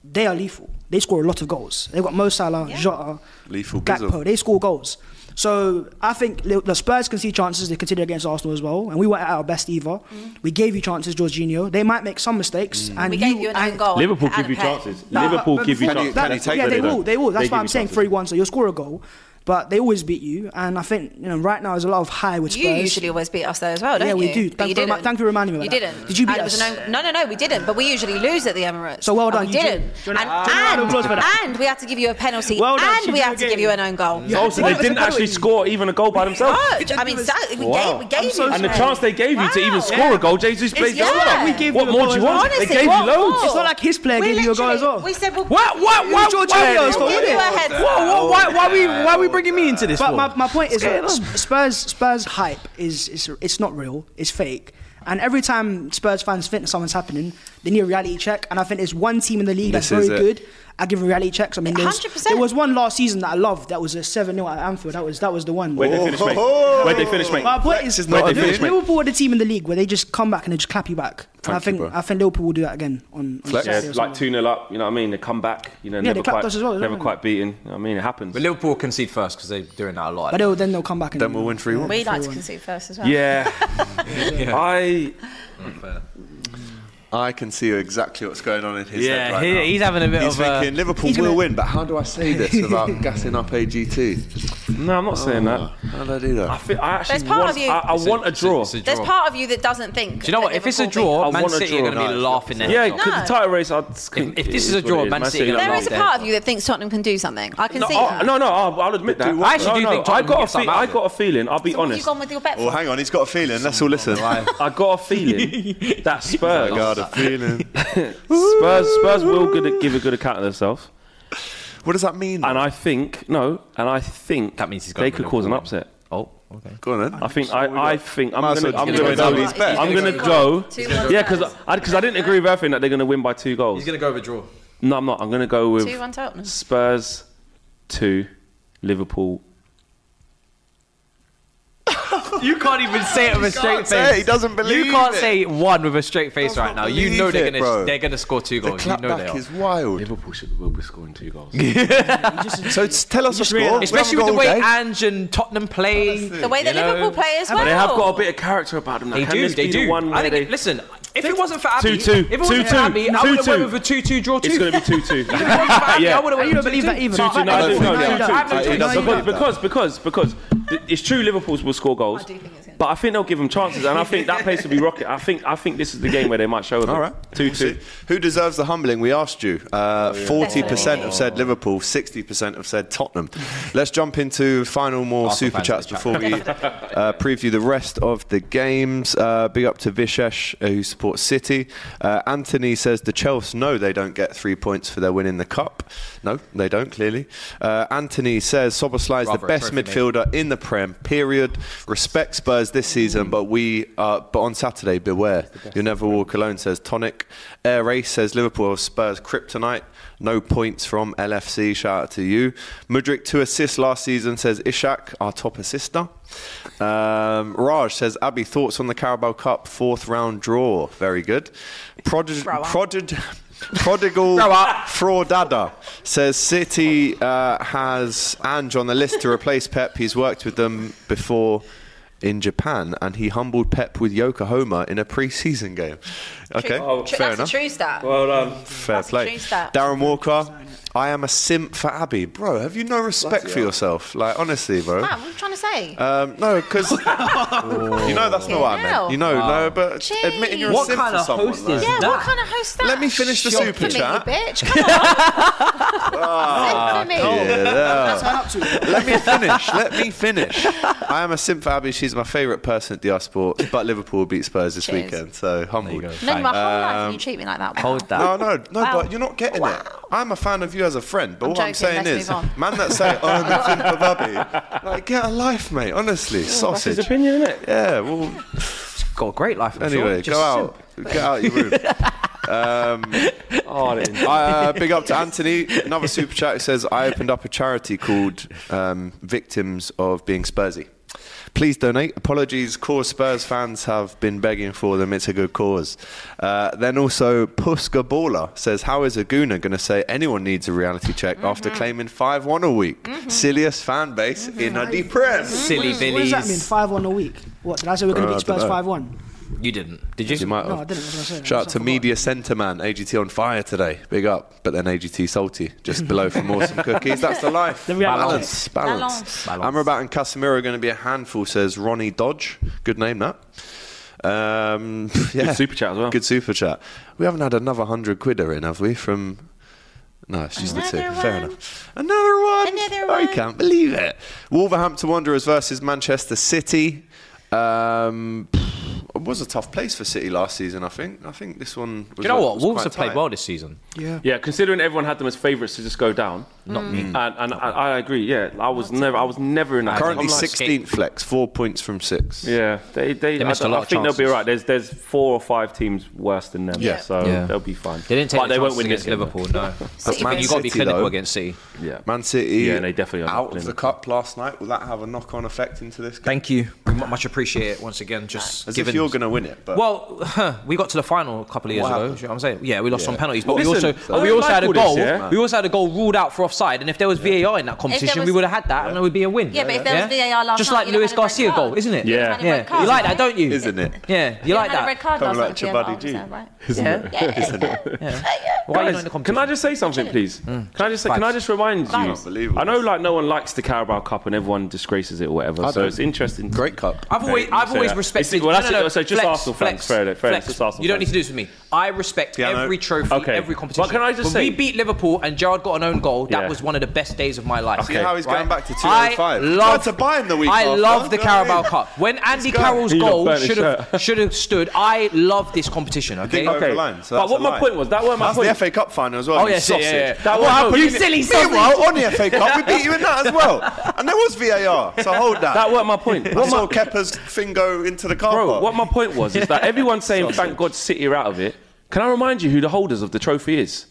E: They are lethal. They score a lot of goals. They've got Mo Salah,
D: Yeah.
E: Jota,
B: Lethal bizzle.
E: Gakpo. They score goals. So I think Li- the Spurs can see chances. They conceded against Arsenal as well, and we weren't at our best either. We gave you chances, Jorginho. They might make some
F: Mm.
E: mistakes, and
D: Mm. We gave you an own
E: and-
D: goal.
C: Liverpool
D: and
C: give you
D: a pen.
C: chances.
E: no,
C: Liverpool
E: but
C: give you
E: before-
B: Can he-
C: chances.
E: that-
B: can he take
E: yeah,
B: it
E: they
B: though?
E: will. They will. That's
C: They
E: why
C: give
E: I'm
C: you
E: saying
C: chances.
E: three one. So you'll score a goal, but they always beat you. And I think you know right now there's a lot of high with Spurs.
D: You usually always beat us though as well, don't
E: Yeah,
D: you?
E: we do.
D: But
E: Thank
D: you
E: you very mu-
D: didn't.
E: thank you for reminding me
D: You
E: of that.
D: didn't.
E: Did you beat
D: And it was
E: us?
D: an own- no, no, no, we didn't. But we usually lose at the Emirates.
E: So well
D: And
E: done,
D: We
E: you
D: didn't.
E: did. Do you wanna-
D: and,
E: do you wanna round of applause for that?
D: and we had to give you a penalty.
E: Well done,
D: and
E: she
D: we
E: did
D: had to
E: again.
D: give you an own goal.
E: Yeah.
C: Also, they
E: What was
C: didn't
E: the
C: actually
E: penalty?
C: score even a goal by themselves.
D: But, I mean, that, we
C: Wow.
D: gave, we gave
E: I'm
D: you
E: so
C: And the
E: sorry.
C: chance they gave you to
D: Wow.
C: even score a goal, Jesus played
D: yeah.
C: well.
D: Like, we
E: gave
C: what
E: you a
C: more do
E: goal
C: you
E: as well.
C: want?
D: Honestly,
C: they gave
D: what
C: you loads.
D: more?
E: It's not like his player
D: We
E: gave you a goal
D: literally-
E: as well.
D: We said, well,
F: What? What?
E: You
F: What?
E: George
F: Why?
E: Weah scored
F: Whoa,
D: it.
F: whoa, whoa, why? Why are we? Why are we bringing me into this?
E: But
F: for?
E: my, my point is, that S- Spurs Spurs hype is, is it's not real. It's fake. And every time Spurs fans think that something's happening, they need a reality check. And I think there's one team in the league that's
B: This is
E: very
B: it.
E: good. I give reality checks. I mean, there was,
D: 100%.
E: there was one last season that I loved. That was a seven 0 at Anfield. That was that was the one.
C: Where'd they finish, mate?
B: Oh.
C: Where'd they finish, mate?
E: My point is,
B: is not
E: Liverpool,
B: a finish,
C: mate.
E: Liverpool are the team in the league where they just come back and they just clap you back. And I
B: Thank you,
E: think
B: bro.
E: I think Liverpool will do that again on, on
B: Flex.
E: Saturday
C: Yeah,
E: or
B: Yes,
C: like
E: something.
C: 2 0 up, you know what I mean? They come back, you know,
E: Yeah,
C: never
E: they clapped
C: quite,
E: us as well, didn't
C: never
E: they?
C: quite beaten. You know what I mean, it happens.
F: Liverpool concede first because they're doing that a lot.
E: But they'll, then they'll come back and
B: Then we'll win 3 1.
D: we like to concede first as well.
C: Yeah. I
B: I can see exactly what's going on in his
F: Yeah,
B: head right
F: he-
B: now.
F: he's having a bit
B: He's
F: of a-
B: thinking Liverpool will win, but how do I say this without gassing up AGT?
C: No, I'm not saying that.
F: Oh.
B: How do I do that?
C: I, feel, I actually
D: There's part
C: want,
D: of you-
C: I, I
D: It's
C: want a draw.
D: There's part of you that doesn't think.
F: Do you know what? If it's a draw,
C: I
F: Man
C: want a
F: City
C: draw.
F: are going to be
B: No, it's
F: laughing at
C: yeah,
F: it.
C: because the title race. I just couldn't-
F: If- if
C: it
F: this is
C: is
F: a draw,
C: what it is.
F: Man City
C: are
F: are
D: There
C: not
D: is a
C: dead.
D: part of you that thinks Tottenham can do something. I can
C: No,
D: see
C: oh,
D: that.
C: no, no, I'll, I'll admit that.
F: I actually
C: no,
F: do
C: no,
F: think
C: I
F: Tottenham
C: got
F: get
C: a fe-
F: something out
C: I
F: of it.
C: got a feeling. I'll be
D: So what have
C: honest.
D: you gone with your bet?
B: Well,
D: for?
B: hang on, he's got a feeling. Let's all listen. I
C: I got a feeling that Spurs,
B: got a feeling.
C: Spurs, Spurs will good, give a good account of themselves,
B: What does that mean?
C: and I think no, and I think
F: That means he's
C: they
F: got
C: could cause an
F: Liverpool.
C: upset.
F: Oh, okay.
B: Go on then.
C: I think I, I think I'm
B: Might as
C: gonna,
B: well
C: I'm
B: just do
C: gonna go.
B: it now. He's bet.
C: I'm gonna
D: Two
C: go.
D: goals.
C: Yeah, because I, cause I didn't agree with everything that they're gonna win by two goals.
F: going to go with a draw.
C: No, I'm not. I'm gonna go with
D: Two one Tottenham.
C: Spurs two, Liverpool.
F: You can't even say it with a straight
B: say it,
F: face.
B: he doesn't believe
F: You can't
B: it.
F: say one with a straight face right now. You
B: believe
F: know they're
B: it, bro.
F: going to they're going to score two
B: The
F: goals. You know they
B: clapback
F: are.
B: is wild.
C: Liverpool should will be scoring two goals.
B: So just tell us a score. We
F: Especially with
B: haven't
F: the way
B: got all day.
F: Ange and Tottenham play.
D: The way that
F: you know?
D: Liverpool play as well.
C: But they have got a bit of character about them. Now,
F: They
C: can
F: do.
C: This
F: They
C: be
F: do.
C: The one
F: I
C: where
F: think.
C: they,
F: listen, if it wasn't for Abby,
C: 2-2,
F: if it wasn't for
C: 2-2,
F: Abby, I would have
C: 2-2.
F: went with a two-two draw two.
C: it's going to be two two.
F: yeah. I
C: Yeah.
F: would have went
E: You
F: with
E: don't
F: a
E: believe that
F: two-two.
E: either.
C: Two two. No,
B: I
C: I do.
B: don't
C: No,
B: think
C: two
B: so.
C: two.
B: I- it doesn't
C: Because
B: matter.
C: because because because th- it's true. Liverpool will score goals.
D: do think it's gonna-
C: but I think they'll give them chances, and I think that place will be rocket. I think I think this is the game where they might show. a bit.
B: All right.
C: two
B: We'll see.
C: two.
B: Who deserves the humbling? We asked you. Uh, 40% have
F: Oh.
B: said Liverpool, 60% have said Tottenham. Let's jump into final more
F: Arsenal
B: super
F: fans
B: chats
F: in the
B: before we uh, preview the rest of the games. Uh, big up to Vishesh, uh, who supports City. Uh, Anthony says the Chelsea no, they don't get three points for their win in the Cup. No, they don't, clearly. Uh, Anthony says Soboslai is the
F: Rather a
B: best
F: trophy, mate.
B: midfielder midfielder in the Prem. Period. Respect Spurs this season, but we are. But on Saturday, beware. You'll never walk alone. Says Tonic. Air Race says Liverpool Spurs kryptonite. No points from LFC. Shout out to you. Mudrik two assists last season. Says Ishak, our top assister. Um, Raj says Abby thoughts on the Carabao Cup fourth round draw. Very good. Prodig-
D: Grow up.
B: prodig- prodigal fraudada says City uh, has Ange on the list to replace Pep. He's worked with them before in Japan, and he humbled Pep with Yokohama in a pre-season game. Okay,
F: Oh,
D: Tru-
B: fair
D: that's
B: enough.
D: a true stat.
C: Well done.
B: fair
D: that's a
B: play.
D: true stat.
B: Darren Walker, I am a simp for Abby, bro. Have you no respect for yourself? Like honestly, bro.
D: Man, what are you trying to say?
B: Um, no, because you know that's not what I meant. You know, no, but
D: Jeez.
B: admitting you're a
F: What
B: simp
F: kind
B: for
F: of
B: someone.
F: host
B: like-
F: is
D: yeah,
F: that?
D: what kind of host that?
B: Let me finish the
D: Shocking.
B: super
D: Simply,
B: chat.
D: you bitch. Come on. Simply.
B: Yeah.
E: Turn up to it.
B: Let me finish. Let me finish. I am a simp for Abby. She's my favourite person at DR Sports, but Liverpool beat Spurs this
D: Cheers.
B: weekend, so humbled.
F: There you
D: Known you my whole life and you treat me like that.
F: Hold that.
B: No, no, no,
D: Wow.
B: but you're not getting it. I'm a fan of you as a friend, but
D: I'm
B: what I'm
D: joking,
B: saying
D: let's
B: is,
D: move on.
B: man that say, oh, I'm a simp for Abby, like, get a life, mate,
D: Oh,
B: honestly,
C: That's his
B: sausage.
C: opinion, isn't it?
B: Yeah, well,
F: Got a great life. I'm sure.
B: anyway,
F: Just
B: go
F: a
B: out. Get out your room.
C: Oh, they-
B: uh, big up to Anthony. Another super chat says, I opened up a charity called um, Victims of Being Spursy. Please donate. Apologies, core Spurs fans have been begging for them. It's a good cause. Uh, then also, Puska Baller says, How is Aguna going to say anyone needs a reality check after claiming 5 1 a week? Silliest fan base in a depress.
F: Silly
E: What does that mean?
F: Billies.
E: Five one a week. What did I say? We're going
B: Uh,
E: to
B: I
E: beat Spurs
B: dunno.
E: five one.
F: You didn't, did you?
B: You might
E: No,
B: have.
E: I didn't. That's what I said.
B: Shout out
E: That's
B: to
E: what I
B: Media Centre Man, AGT on fire today. Big up. But then AGT salty, just below from awesome cookies. That's the life.
E: The reality
B: balance, balance.
D: Balance.
B: Amrabat and Casemiro are going to be a handful, says Ronnie Dodge. Good name, that. Um, yeah.
C: super chat as well.
B: Good super chat. We haven't had another hundred quidder in, have we? From no, it's just the two.
D: Another
B: Fair
D: one.
B: enough. Another one.
D: Another
B: I
D: one.
B: can't believe it. Wolverhampton Wanderers versus Manchester City. Um, it was a tough place for City last season. I think. I think this one. Was
F: Do you know
B: a-
F: what?
B: was
F: Wolves
B: quite
F: have played
B: tight.
F: well this season.
C: Yeah, considering everyone had them as favourites to just go down.
B: Mm.
C: Not me. And, and I, I agree. Yeah, I was never. I was never in that.
B: Currently
C: I'm like-
B: 16th flex, four points from six.
C: Yeah, they they.
F: They
C: I,
F: missed a
C: don't-
F: lot
C: I
F: of
C: think they'll be
F: chances.
C: right. There's there's four or five teams worse than them.
B: Yeah.
C: so
F: Yeah.
C: they'll be fine.
F: They didn't take
C: but
F: the
C: they won't
F: chances
C: win
F: against
C: this game,
F: Liverpool. No,
D: City
B: Man
F: you got to be
B: City,
F: clinical
B: though.
F: against City.
C: though. Yeah,
B: Man City.
C: Yeah, they definitely are
B: out of
C: playing
B: the
C: it.
B: cup last night. Will that have a knock-on effect into this game?
F: Thank you. We mu- much appreciate it once again. Just
B: As
F: given.
B: if you're going to win it, but
F: well, huh, we got to the final a couple of years
B: What
F: ago.
B: happened?
F: do you know what I'm saying, yeah, we lost on penalties, but
C: Listen,
F: we also
C: I
F: we
C: don't
F: also had a
C: like all
F: goal.
C: this, yeah?
F: We also had a goal ruled out for offside, and if there was VAR in that competition,
D: was-
F: we would have had that, and it would be a win.
D: Yeah, but if there was VAR last
F: just
D: night,
F: like
D: you'd have
F: Luis
D: had a red
F: Garcia
D: card.
F: goal, isn't it?
C: Yeah.
D: You'd have had a
F: yeah.
D: red card,
F: you like that,
D: right?
F: don't you?
B: Isn't it?
F: Yeah, you like
D: had a red
F: that.
D: card
B: Kind of
D: last
B: like
D: night with VAR,
B: Chibadi
D: was
B: G.
D: that right?
F: Yeah. Why are you not in the competition?
C: can I just say something, please? Can I just say, can I just remind you?
D: Vibes.
B: Unbelievable.
C: I know, like, no one likes the Carabao Cup and everyone disgraces it or whatever. So
B: don't.
C: it's interesting. to-
B: Great cup.
F: I've always,
C: you
F: I've
C: say
F: always
C: that.
F: respected.
C: uh, It's- well,
F: no,
C: that's
F: no,
C: it.
F: no,
C: So just
F: flex,
C: Arsenal fans.
F: flex,
C: Fair enough, fair enough,
F: flex.
C: just Arsenal
F: You don't
C: fans.
F: need to do this with me. I respect
B: Piano.
F: every trophy,
C: Okay.
F: every competition.
C: But can I just
F: when
C: say-
F: we beat Liverpool and Gerard got an own goal? That
C: Yeah.
F: was one of the best days of my life.
B: See how he's going back to
F: I
B: 2005.
F: love
B: Tried to buy him the week
F: I
B: after.
F: love the
B: You know what I
F: Carabao
B: mean?
F: Cup. When Andy
B: go.
F: Carroll's
C: He looked
F: goal
C: burnt his
F: should have should have stood. I love this competition. Okay.
B: Didn't go over
C: Okay.
B: the line, so
C: but
B: that's
C: what
B: a
C: my
B: lie.
C: point was, that weren't my
B: That's
C: point.
B: the FA Cup final as well.
F: Oh,
B: you
F: yes, yeah,
B: sausage.
F: yeah, yeah.
C: That
B: what
C: was-
B: happened?
C: you silly
B: Meanwhile, on the FA Cup, we beat you in that as well. And there was VAR, so hold that.
C: that weren't my point.
B: I saw Kepa's thing go into the car
C: Bro,
B: park.
C: what my point was is that everyone's saying, thank God City are out of it. Can I remind you who the holders of the trophy is?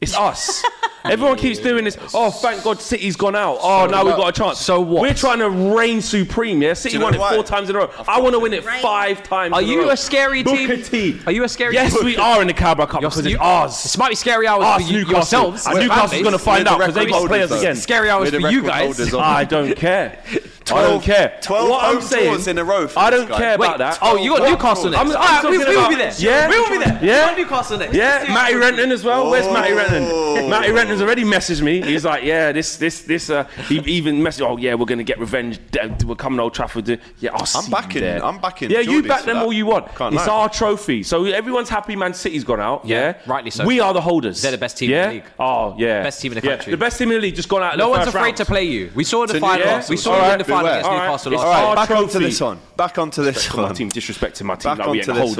C: It's us. Everyone keeps doing this. Oh, thank God City's gone out. Oh, now we've got a chance.
F: So what?
C: We're trying to reign supreme, yeah? City
B: you know
C: won it
B: why?
C: four times in a row. I want to win it
D: Reign.
C: five times
F: Are
C: in
F: you
C: row.
F: a scary team?
C: Booker T.
F: Are you a scary
C: Yes,
F: team?
C: we are in the Carabao Cup because it's ours.
F: This might be scary hours
C: Us,
F: for you,
C: Newcastle.
F: yourselves.
C: And
F: as
C: Newcastle's
F: families.
C: gonna find
B: We're
C: out
B: the
C: 'cause they've
B: record
C: got players
B: holders,
C: again.
B: though.
F: Scary hours
B: We're the
F: for you
B: record
F: guys.
B: holders of-
C: I don't care. I
B: 12
C: don't care.
B: 12
C: what I'm
B: home
C: saying
B: draws in a row for
C: I
B: this
C: don't
B: guy.
C: care
F: Wait,
C: about that.
F: oh, you got Newcastle next.
C: I'm- I'm
F: Alright, we-
C: talking
F: we will
C: about-
F: be there.
C: Yeah,
F: we will be there.
C: Yeah,
F: We want Newcastle next. Let's
C: Yeah, Matty
F: see what we can do.
C: Renton as well. Where's Matty
B: Oh.
C: Renton? Matty Renton's already messaged me. He's like, yeah, this, this, this. Uh, he even messaged, oh yeah, we're gonna get revenge. D- We're coming to Old Trafford. to- Yeah, I'll see you
B: backing-
C: there.
B: I'm backing
C: Yeah, you
B: Geordies
C: back
B: for
C: them
B: that.
C: all you want.
B: Can't
C: it's
B: lie.
C: our trophy, so everyone's happy. Man City's gone out.
F: Yeah,
C: Yeah,
F: rightly so.
C: We are the holders.
F: They're the best team in
C: yeah?
F: the league.
C: Oh yeah,
F: Best team in the
C: Yeah,
F: country.
C: the best team in the league just gone out. in
F: No
C: the
F: one's
C: first
F: afraid
C: round.
F: to play you. We saw in the
B: To
F: final.
C: Newcastle.
F: We saw
B: All
F: you in
B: right,
F: the final
B: beware.
F: against
C: All right.
F: Newcastle
C: It's
F: last
B: All
F: night.
B: right,
C: Our
B: back onto
C: trophy.
B: this one. Back onto this
C: My
B: one.
C: team disrespecting my team
B: Back
C: like we ain't
B: onto
C: the
B: this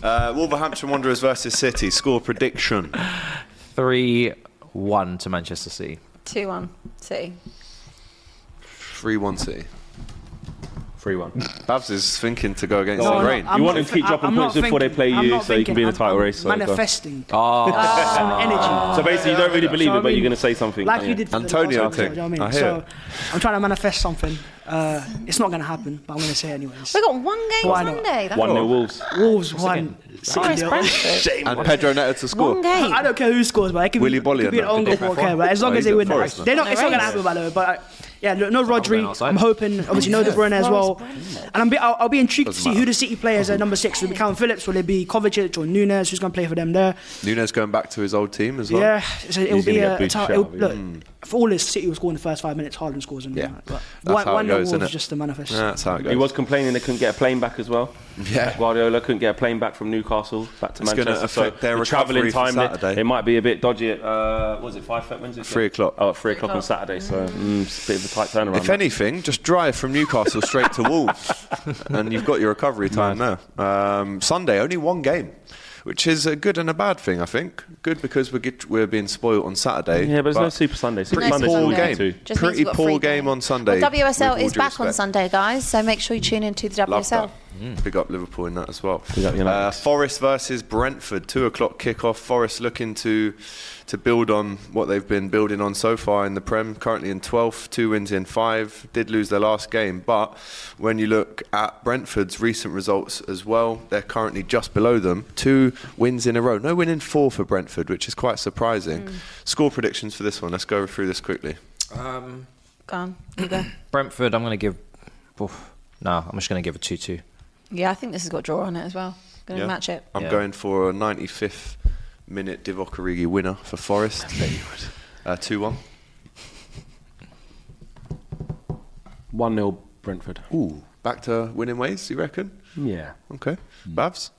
C: holders.
B: one. Uh, Wolverhampton Wanderers versus City. Score prediction.
F: Three one to Manchester City.
D: Two one two.
B: 3-1 City.
C: Three one.
B: Babs is thinking to go against
E: No,
B: the
E: no,
B: grain.
E: I'm
C: Oh, You want
E: not
C: them to keep
E: thi-
C: dropping
E: I'm not
C: points before they play
E: thinking-
C: you
E: I'm not
C: so you can be in the
E: thinking,
C: title
E: I'm
C: race, so go. Ah.
E: manifesting Uh,
F: Oh,
E: some energy.
C: So basically, you don't really believe
E: So I
C: it, but
E: mean,
C: you're gonna say something.
E: like
C: aren't
E: you did for the
B: Antonio
E: last one,
B: thing.
E: do you know what I mean?
B: I hear
E: so
B: it.
E: I'm trying to manifest something. Uh, it's not going to happen, but I'm going to say it anyways.
D: We got one game
E: Why not?
D: Sunday. That's
C: One 0 Wolves.
E: Wolves won. City
D: Chris
E: nil.
D: Bradford.
B: And Pedro Neto to score.
D: One game.
E: I don't care who scores, but it could
B: Willy
E: be, it
B: Bolly
E: could be an
B: and that,
E: own
B: did
E: goal
B: they
E: for
B: perform?
E: okay, but as long
B: Oh,
E: as
B: he's
E: they
B: at
E: win,
B: Forest
E: they're not, it's not going to
D: Nice.
E: happen, by the way. But uh, yeah, no, no Rodri.
F: outside.
E: I'm hoping, obviously, no De Bruyne as well.
D: Forest
E: And I'm be, I'll, I'll be intrigued to
B: Doesn't
E: see who
B: matter.
E: the City players at number six will be. Callum Phillips, will it be Kovacic or Nunes? Who's going to play for them there?
B: Nunes going back to his old team as well.
E: Yeah, so it'll
C: he's
E: be
C: gonna
E: a,
C: get
E: a
C: big
E: tough.
C: shout,
E: it'll-
C: yeah.
E: Look, for all this, City will score in the first five minutes. Harden scores and
B: Hmm. Yeah.
E: all that, but
B: That's
E: one,
B: how it
E: one nil
B: goes,
E: Wolves
B: innit?
E: just to manifest.
B: That's how it
C: He
B: goes.
C: was complaining they couldn't get a plane back as well.
B: Yeah.
C: Guardiola couldn't get a plane back from Newcastle back to
B: It's gonna
C: Manchester.
B: affect their
C: the travelling
B: recovery for
C: time. they-
B: Saturday.
C: It might be a bit dodgy. At, uh, what was it five when's it?
B: Three o'clock.
C: Oh, at three o'clock on Saturday. So mm, it's a bit of a tight turnaround.
B: If anything, just drive from Newcastle straight to Wolves, and you've got your recovery time there. Um, Sunday, only one game, which is a good and a bad thing, I think. Good because we're get, we're being spoiled on Saturday.
C: yeah, but there's no Super Sunday. Super
B: pretty
C: Sunday's
B: poor
C: all you
B: game.
C: can do.
D: Just means
B: Pretty
D: we've got
B: poor
D: three
B: game
D: games.
B: on Sunday,
D: Well, WSL
B: with all
D: is
B: due
D: back on
B: respect.
D: Sunday, guys. So make sure you tune into the
B: Love
D: WSL.
B: that. Mm. Big up Liverpool in that as well.
C: Big up United.
B: Uh, Forest versus Brentford, two o'clock kickoff. Forest looking to to build on what they've been building on so far in the Prem. Currently in 12th, two wins in five. Did lose their last game, but when you look at Brentford's recent results as well, they're currently just below them. Two wins in a row. No win in four for Brentford, which is quite surprising. Score predictions for this one. Let's go through this quickly.
F: um,
D: Go on, you go.
F: Brentford. I'm gonna give. Oof, nah, I'm just gonna give a two-two.
D: yeah, I think this has got draw on it as well. Going
B: Yeah.
D: to
B: Uh,
D: match it.
B: I'm
F: Yeah.
B: going for a 95th minute Divock Origi winner for Forest. Uh, 2 1.
C: One 0 Brentford.
B: Ooh, back to winning ways, you reckon?
C: Yeah.
B: Okay.
F: Hmm.
B: Babs?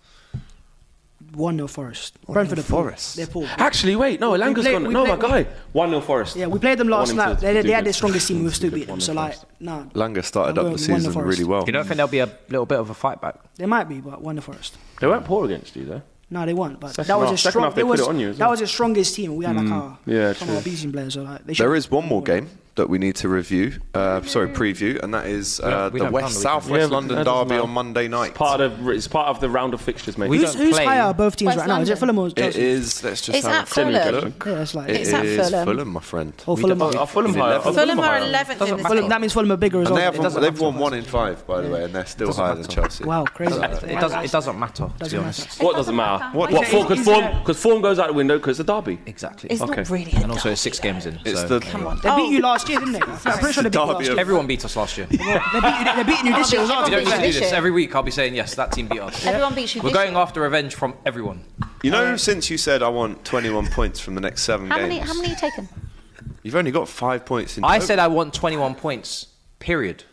E: One nil Forest. Brentford are poor.
B: Forest.
E: They're poor.
C: Actually, wait. No, Elanga's
E: play-
C: gone.
E: we
C: No,
E: play-
C: my guy. One 0 Forest.
E: Yeah, we played them
C: I
E: last
C: want him
E: night.
C: to-
E: They,
C: to
E: they
C: do
E: had
C: good.
E: their strongest team. We still beat them.
C: One
E: So
C: nil
E: like,
C: Forest.
E: nah,
B: Langer
D: Oh,
B: started
E: I'm
B: up the
E: going one
B: season
E: to Forest.
B: really well.
F: You don't think there'll be a little bit of a fight back?
E: they might be, but one nil Forest.
C: They weren't poor against you though.
E: No, they weren't. But
C: Second
E: that was
C: half-
E: a
C: second
E: strong.
C: half they
E: that
C: put
E: was,
C: it on you as
E: that
C: well.
E: was their strongest team. We had like our
C: yeah,
E: some
C: true.
E: of our beating players. So like, they should-
B: There is one more game that we need to review, uh, sorry, preview, and that is uh,
F: we
B: the
F: don't
B: West
F: plan the
B: South
F: weekend.
B: West
C: Yeah,
B: London
C: that doesn't
B: derby
C: matter.
B: on Monday night.
C: It's part of it's part of the round of fixtures, mate.
F: We
E: Who's,
F: don't
E: who's
F: play-
E: higher, both teams
D: West
E: right now? Is it
D: London.
E: Fulham or
B: It
E: Chelsea?
B: is. Let's just
D: It's
B: have
D: at
B: a quick
D: Fulham.
B: look.
E: Yeah, it's like-
B: It
D: It's at
B: is
D: Fulham.
B: Fulham, my friend.
E: Or Fulham?
C: Are- are Oh, Fulham higher?
B: Eleven.
D: Fulham are
C: higher?
D: 11th in
F: Doesn't
D: the
F: matter.
E: Fulham,
D: table.
E: that means Fulham are bigger as
B: And
E: well.
B: they have
F: doesn't
B: they've
F: matter.
B: won one in five, by the way, and they're still higher than Chelsea.
E: Wow, crazy.
F: It doesn't. It doesn't matter. To be
E: Doesn't
F: honest.
E: matter.
C: What doesn't matter?
D: It
C: What,
D: doesn't
C: what form?
D: matter.
C: Because form, because form goes out the window because it's a derby.
F: Exactly.
D: It's
C: Okay.
D: not really a
F: and also it's six
D: derby,
F: games in.
B: It's the
F: so.
E: They
D: Oh.
E: beat you last year, didn't they? I'm pretty sure they beat you
B: derby
E: last
B: of-
E: year.
F: Everyone beat us last year. We
E: They beat you, they beating you this year as well.
D: We
F: don't need to do this
D: Relegation.
F: every week. I'll be saying yes, that team beat us.
D: though. Everyone beats you
F: We're
D: this
F: going
D: year.
F: after revenge from everyone.
B: You know, since you said I want 21 points from the next seven
D: Um, How
B: games,
D: many, how many you taken?
B: you've only got five points in.
F: I
B: total.
F: said I want 21 points. Period.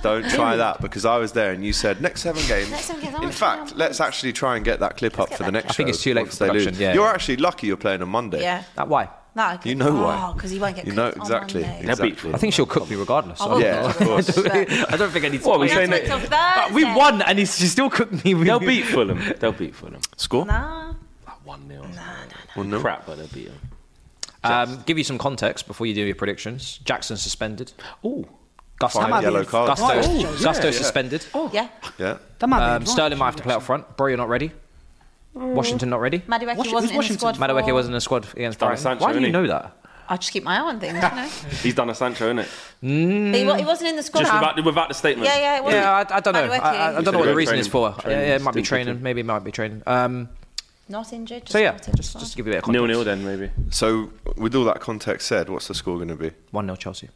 B: Don't try that because I was there and you said next seven games.
D: Next seven games, I
B: in
D: want
B: fact,
D: 21
B: let's
D: points.
B: actually try and get that clip up
D: get
B: for the next.
D: that clip.
F: I think it's
B: show
F: too late
B: once
F: for
B: they lose.
F: production, yeah,
B: You're
F: yeah.
B: actually lucky you're playing on Monday.
D: Yeah.
F: That why?
D: No, I could-
B: You know why?
D: Oh, because he won't get
B: You know
D: cooked on
B: exactly.
D: Monday.
C: beat
B: Exactly.
F: I think she'll cook me regardless.
D: I
F: I
D: won't
B: Yeah,
D: cook
B: of
D: on
B: course.
D: Monday.
F: don't- I don't think I need to.
C: What are we
F: play.
C: saying?
D: Announcement
C: next-
D: till
F: But we
D: Thursday.
F: won, and he's, she still cooked me.
C: They'll beat Fulham. They'll beat Fulham.
B: Score
D: Nah.
C: One 0
B: One nil.
C: Crap, but they'll beat them.
F: Um, give you some context before you do your predictions. Jackson suspended.
C: Ooh,
F: Gusto,
B: Five yellow cards.
F: Gusto,
E: Oh, yeah,
F: Gusto suspended.
D: Yeah.
B: Yeah.
E: That might be
F: Um,
E: right.
F: Sterling might have to play up front. Bro, you're not ready. Washington not ready.
D: Madueke
E: Washi-
D: wasn't in the
E: Washington.
D: squad. for-
F: Madueke wasn't in the squad against
C: Done
F: Brighton.
C: Sancho,
F: Why do you
C: innit?
F: know that?
D: I just keep my eye on things, you know.
C: he's done a Sancho, innit?
D: But he, wa- he wasn't in the squad.
C: Just
D: huh?
C: without the, without the statement.
D: yeah, yeah, it wasn't.
F: Yeah, I, I don't know. I,
D: Madueke
F: I- I don't know what
C: Yeah,
F: the reason
C: training.
F: is for. Yeah,
C: Training.
F: yeah, it might be
C: Still
F: training.
C: kicking.
F: Maybe it might be training. Um,
D: Not injured. Just
F: so yeah,
D: started,
F: just,
D: fine.
F: just to give you a bit of
C: Nil
F: context.
C: nil then maybe.
B: So, with all that context said, what's the score going to be?
F: One 0 Chelsea.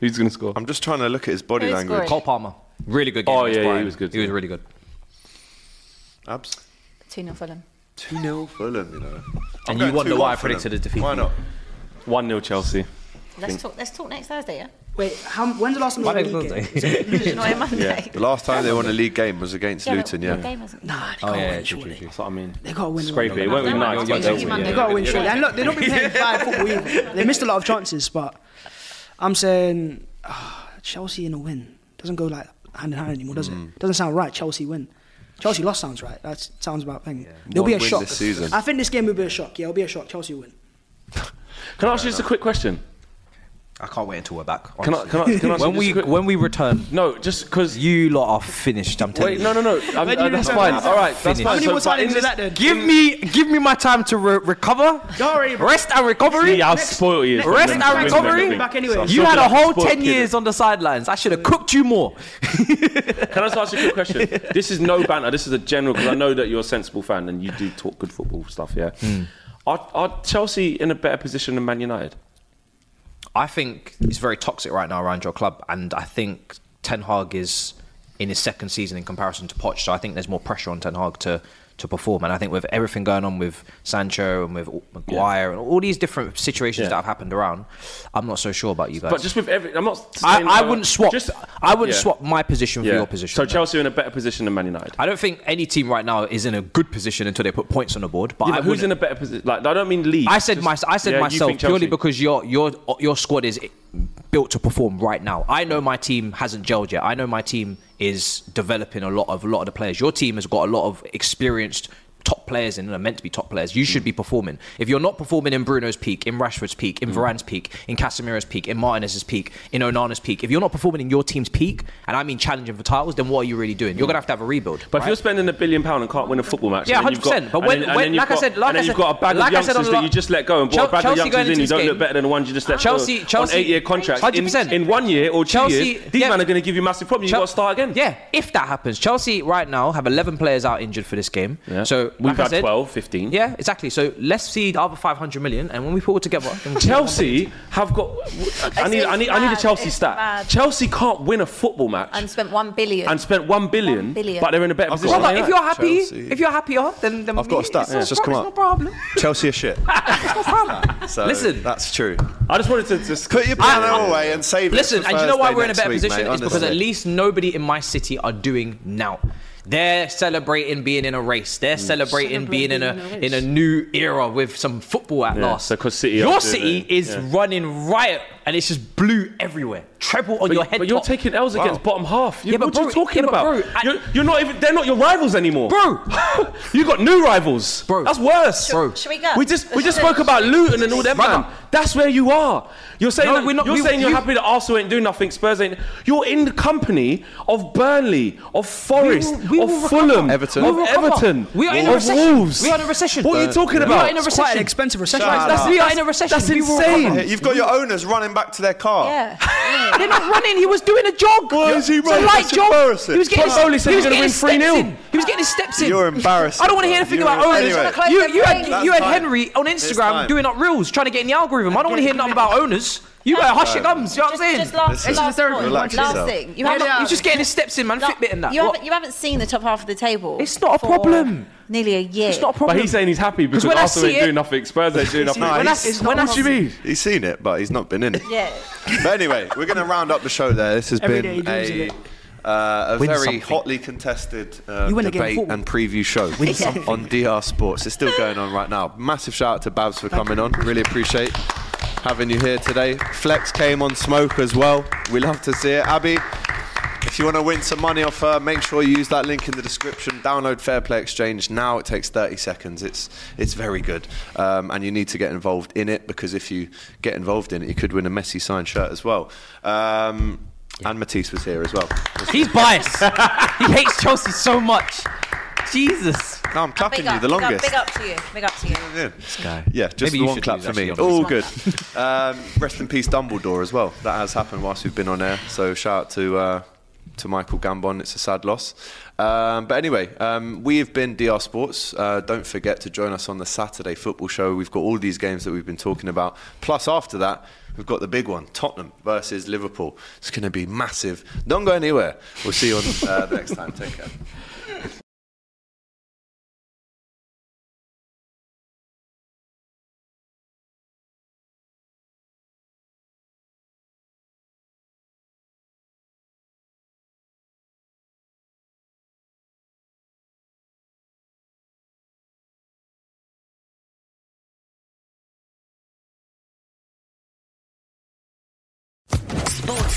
C: Who's gonna score?
B: I'm just trying to look at his body
D: Who's
B: language.
D: scoring?
F: Cole Palmer, really good game.
C: Oh,
F: against
C: yeah, he
F: Brighton.
C: was good.
F: He was really good.
B: Abs.
D: 2 0 Fulham.
B: 2 0 Fulham, you know.
F: And you wonder why I predicted a defeat.
B: Why not?
C: One 0 Chelsea.
D: Let's talk, let's talk next Thursday, yeah?
E: Wait, how, when's the last time you won a league game?
D: Losing away Monday.
B: The last time they won a league game was against Luton,
D: but
B: yeah.
D: the game hasn't-
F: Oh yeah, true, true, true.
C: That's what I mean.
E: They got to win.
C: Scrape it. It won't be
D: Don't worry,
C: nice.
D: it's
C: but they'll
D: easy
C: win.
D: Monday.
E: They got to win surely. And look, they're not been playing bad football either. They missed a lot of chances, but I'm saying ah, Chelsea in a win doesn't go like hand in hand anymore, does
B: Mm.
E: it? Doesn't sound right. Chelsea win. Chelsea lost sounds right. That sounds about thing. There'll be
B: One
E: a
B: win
E: shock.
B: this season.
E: I think this game will be a shock. Yeah, it'll be a shock. Chelsea win.
C: Can I ask you just a quick question?
F: I can't wait until we're back.
C: Can I? Can I? Can I ask you
F: when
C: just
F: we
C: a quick-
F: when we return,
C: No, just because.
F: you lot are finished. I'm telling
C: Wait,
F: you.
C: no, no, no. I'm,
E: Where do you
C: uh, that's
E: return
C: fine.
E: from?
C: All right, that's
F: Finished.
C: fine.
E: How many more
C: So, but in
E: signings is
C: this-
E: that then?
F: Give me give me my time to re- recover,
E: Don't worry, bro.
F: rest and recovery.
C: See how spoiled he is.
F: Rest
C: Then
F: and
C: win
F: recovery.
C: everything.
E: Back anyway.
F: You had a
C: Like
F: whole
C: spoiled
F: 10
C: kid.
F: years on the sidelines. I should have cooked you more.
C: Can I just ask you a quick question? this is no banter. This is a general because I know that you're a sensible fan and you do talk good football stuff. Yeah.
F: Hmm.
C: Are, are Chelsea in a better position than Man United?
F: I think it's very toxic right now around your club, and I think Ten Hag is in his second season in comparison to Poch. So I think there's more pressure on Ten Hag to to perform. And I think with everything going on with Sancho and with Maguire and all these different situations
C: Yeah.
F: that have happened around, I'm not so sure about you guys.
C: But just with every, I'm not.
F: I,
C: saying-
F: I wouldn't swap.
C: Just-
F: I wouldn't
C: yeah.
F: swap my position for
C: Yeah.
F: your position.
C: So
F: no.
C: Chelsea are in a better position than Man United.
F: I don't think any team right now is in a good position until they put points on the board. But,
C: Yeah,
F: I
C: but who's
F: wouldn't-
C: in a better position? Like I don't mean league.
F: I said
C: Just-
F: my, I said
C: yeah, you
F: myself
C: think
F: purely
C: Chelsea-
F: because your your your squad is built to perform right now. I know my team hasn't gelled yet. I know my team is developing a lot of a lot of the players. Your team has got a lot of experienced top players and are meant to be top players.
C: Mm.
F: You should be performing. If you're not performing in Bruno's peak, in Rashford's peak,
C: Mm.
F: in Varane's peak, in Casemiro's peak, in Martinez's peak, in Onana's peak, if you're not performing in your team's peak, and I mean challenging for titles, then what are you really doing? You're gonna have to have a rebuild.
C: Mm. But
F: right?
C: if you're spending a billion pound and can't win a football match,
F: Yeah,
C: then you've
F: hundred
C: got-
F: percent. But
C: and
F: when,
C: then- and
F: when
C: then you've
F: like I
C: got-
F: said, like
C: and
F: I
C: then
F: said,
C: you've got a bag
F: like
C: of
F: I said on
C: youngsters
F: the
C: that
F: la-
C: you just let go and bought
F: Chel-
C: a bag
F: Chelsea
C: of youngsters
F: going
C: in. You
F: into
C: don't
F: this
C: look
F: game-
C: better than the ones you just let
F: Chelsea-
C: go
F: Chelsea-
C: on eight-year contracts. In,
F: 100%.
C: in one year or two
F: Chelsea-
C: years, these
F: yeah.
C: men are going to give you massive problems. You've
F: Chel-
C: got to start again.
F: Yeah, if that happens, Chelsea right now have 11 players out injured for this game.
C: Yeah.
F: So
C: We've
F: like I
C: had
F: said-
C: 12, 15.
F: Yeah, exactly. So let's see the other 500 million, and when we pull it together, then we'll-
C: Chelsea have got. I need,
D: It's
C: I need, I need a
D: mad.
C: Chelsea
D: It's
C: stat.
D: mad.
C: Chelsea can't win a football match
D: And
C: and,
D: spent 1 billion.
C: spent one billion,
D: One billion.
C: but they're in a better
B: I've
C: position.
B: got-
F: Robert,
C: than
F: if you're happy,
B: Chelsea.
F: if you're happier, then, then
B: I've got a
F: it's
B: stat.
F: not
B: It's
F: a
B: just come
F: pro-
B: up.
F: It's no problem.
B: Chelsea are shit.
F: It's no problem.
B: So
F: Listen.
B: That's true.
C: I just wanted to just
B: Put your piano away and save it.
F: Listen,
B: for
F: and you know why
B: Thursday
F: we're in a
B: next
F: better
B: week,
F: position?
B: mate,
F: it's because at
B: honestly.
F: least nobody in my city are doing now. They're celebrating being in a race. They're celebrating, being in a,
E: Celebrating
F: in
E: being
F: a new era with some football at
C: Yeah,
F: last.
C: so 'cause City are doing
F: your city
C: it,
F: is
C: yeah.
F: running riot and it's just blue everywhere. Treble on
C: But,
F: your
C: you-
F: head.
C: but you're
F: top.
C: taking L's against bottom half. You,
F: Yeah, but
C: what are you
F: bro,
C: talking
F: yeah, but
C: about?
F: bro, I-
C: you're, you're not even. They're not your rivals anymore,
F: Bro.
C: you got new rivals,
F: Bro.
C: That's worse,
F: Bro.
D: Should we go?
C: We just we just spoke about Luton and all that,
F: Brother.
C: man. That's where you are. You're saying
F: No,
C: that,
F: we're not-
C: you're
F: we-
C: saying you're
F: you-
C: happy that Arsenal ain't doing nothing, Spurs ain't. You're in the company of Burnley, of Forest,
F: we will
C: of
F: recover.
C: Fulham,
B: Everton.
C: of
B: We will
F: recover.
C: Everton.
F: We are in a
C: of
F: recession.
C: Wolves.
F: We are in a recession.
C: What are you talking
F: We
C: about?
F: are in a
E: It's quite an
F: recession.
E: expensive recession.
B: Shut
E: right
B: up.
E: now.
C: That's-
F: We are
C: that's-
F: in a recession.
C: That's
F: We will
C: insane.
F: recover.
B: You've got your owners running back to their car.
D: Yeah.
F: They're not running. He was doing a jog.
B: Why is he
F: It's a
B: running?
F: light
B: That's
F: jog.
B: embarrassing.
F: He was getting.
C: Tom Bowley said
F: he
C: he was
F: was
C: gonna
F: getting his
C: win
F: steps
C: 3-0.
F: in. He was getting his steps in.
B: You're embarrassing.
F: I don't want to hear anything
B: You're
F: about owners.
B: embarrassing.
D: Anyway.
F: You, you had,
D: That's
F: you had
B: fine.
F: Henry on
B: It's
F: Instagram
B: fine.
F: doing up reels, trying to get in the algorithm. I don't want to hear nothing about owners. You better hush your gums. You know what I'm
D: Just,
F: saying?
D: just last,
B: Listen,
D: last,
E: Relax
D: point,
B: yourself.
D: last thing. You
F: You're
D: haven't,
F: not- You're just getting his steps in, man.
D: No,
F: Fitbit and that.
D: You
F: What?
D: haven't, you haven't seen the top half of the table.
F: It's not a
D: for
F: problem.
D: Nearly a year.
F: It's not a
C: But
F: problem.
C: he's saying he's happy because
F: when I
C: Arsenal
F: see
C: ain't
F: it-
C: doing nothing, Spurs ain't doing nothing.
F: when I, when I
C: what do you mean?
B: He's seen it, but he's not been in it.
D: Yeah.
B: But anyway, we're going to round up the show there. This has
E: Every day he
B: been
E: dreams
B: a,
E: of
B: uh, a
F: Win
B: very
F: something.
B: hotly contested uh,
E: You win a game of
B: debate
E: football.
B: and preview show on DR Sports. It's still going on right now. Massive shout out to Babs for coming on. Really appreciate having you here today. Flex came on smoke as well. We love to see it. Abby. If you want to win some money off her, make sure you use that link in the description. Download Fair Play Exchange now. It takes 30 seconds. It's it's very good, um, and you need to get involved in it because if you get involved in it, you could win a Messi signed shirt as well. Um, And Matisse was here as well.
F: He's biased. he hates Chelsea so much. Jesus.
B: No, I'm clapping
D: Big
B: you
D: up,
B: the
D: big up,
B: longest.
D: Big up to you. Big up to you.
B: Yeah.
F: guy.
B: Yeah, just the
F: Maybe you
B: one
F: should
B: clap
F: do
B: for
F: that,
B: me.
F: to be
B: All
F: honest.
B: good. um, rest in peace, Dumbledore, as well. That has happened whilst we've been on air. So shout out to uh, to Michael Gambon. It's a sad loss. Um, but anyway, um, we have been DR Sports. Uh, don't forget to join us on the Saturday football show. We've got all these games that we've been talking about. Plus, after that, we've got the big one Tottenham versus Liverpool. It's going to be massive. Don't go anywhere. We'll see you on uh, the next time. Take care.
A: Sports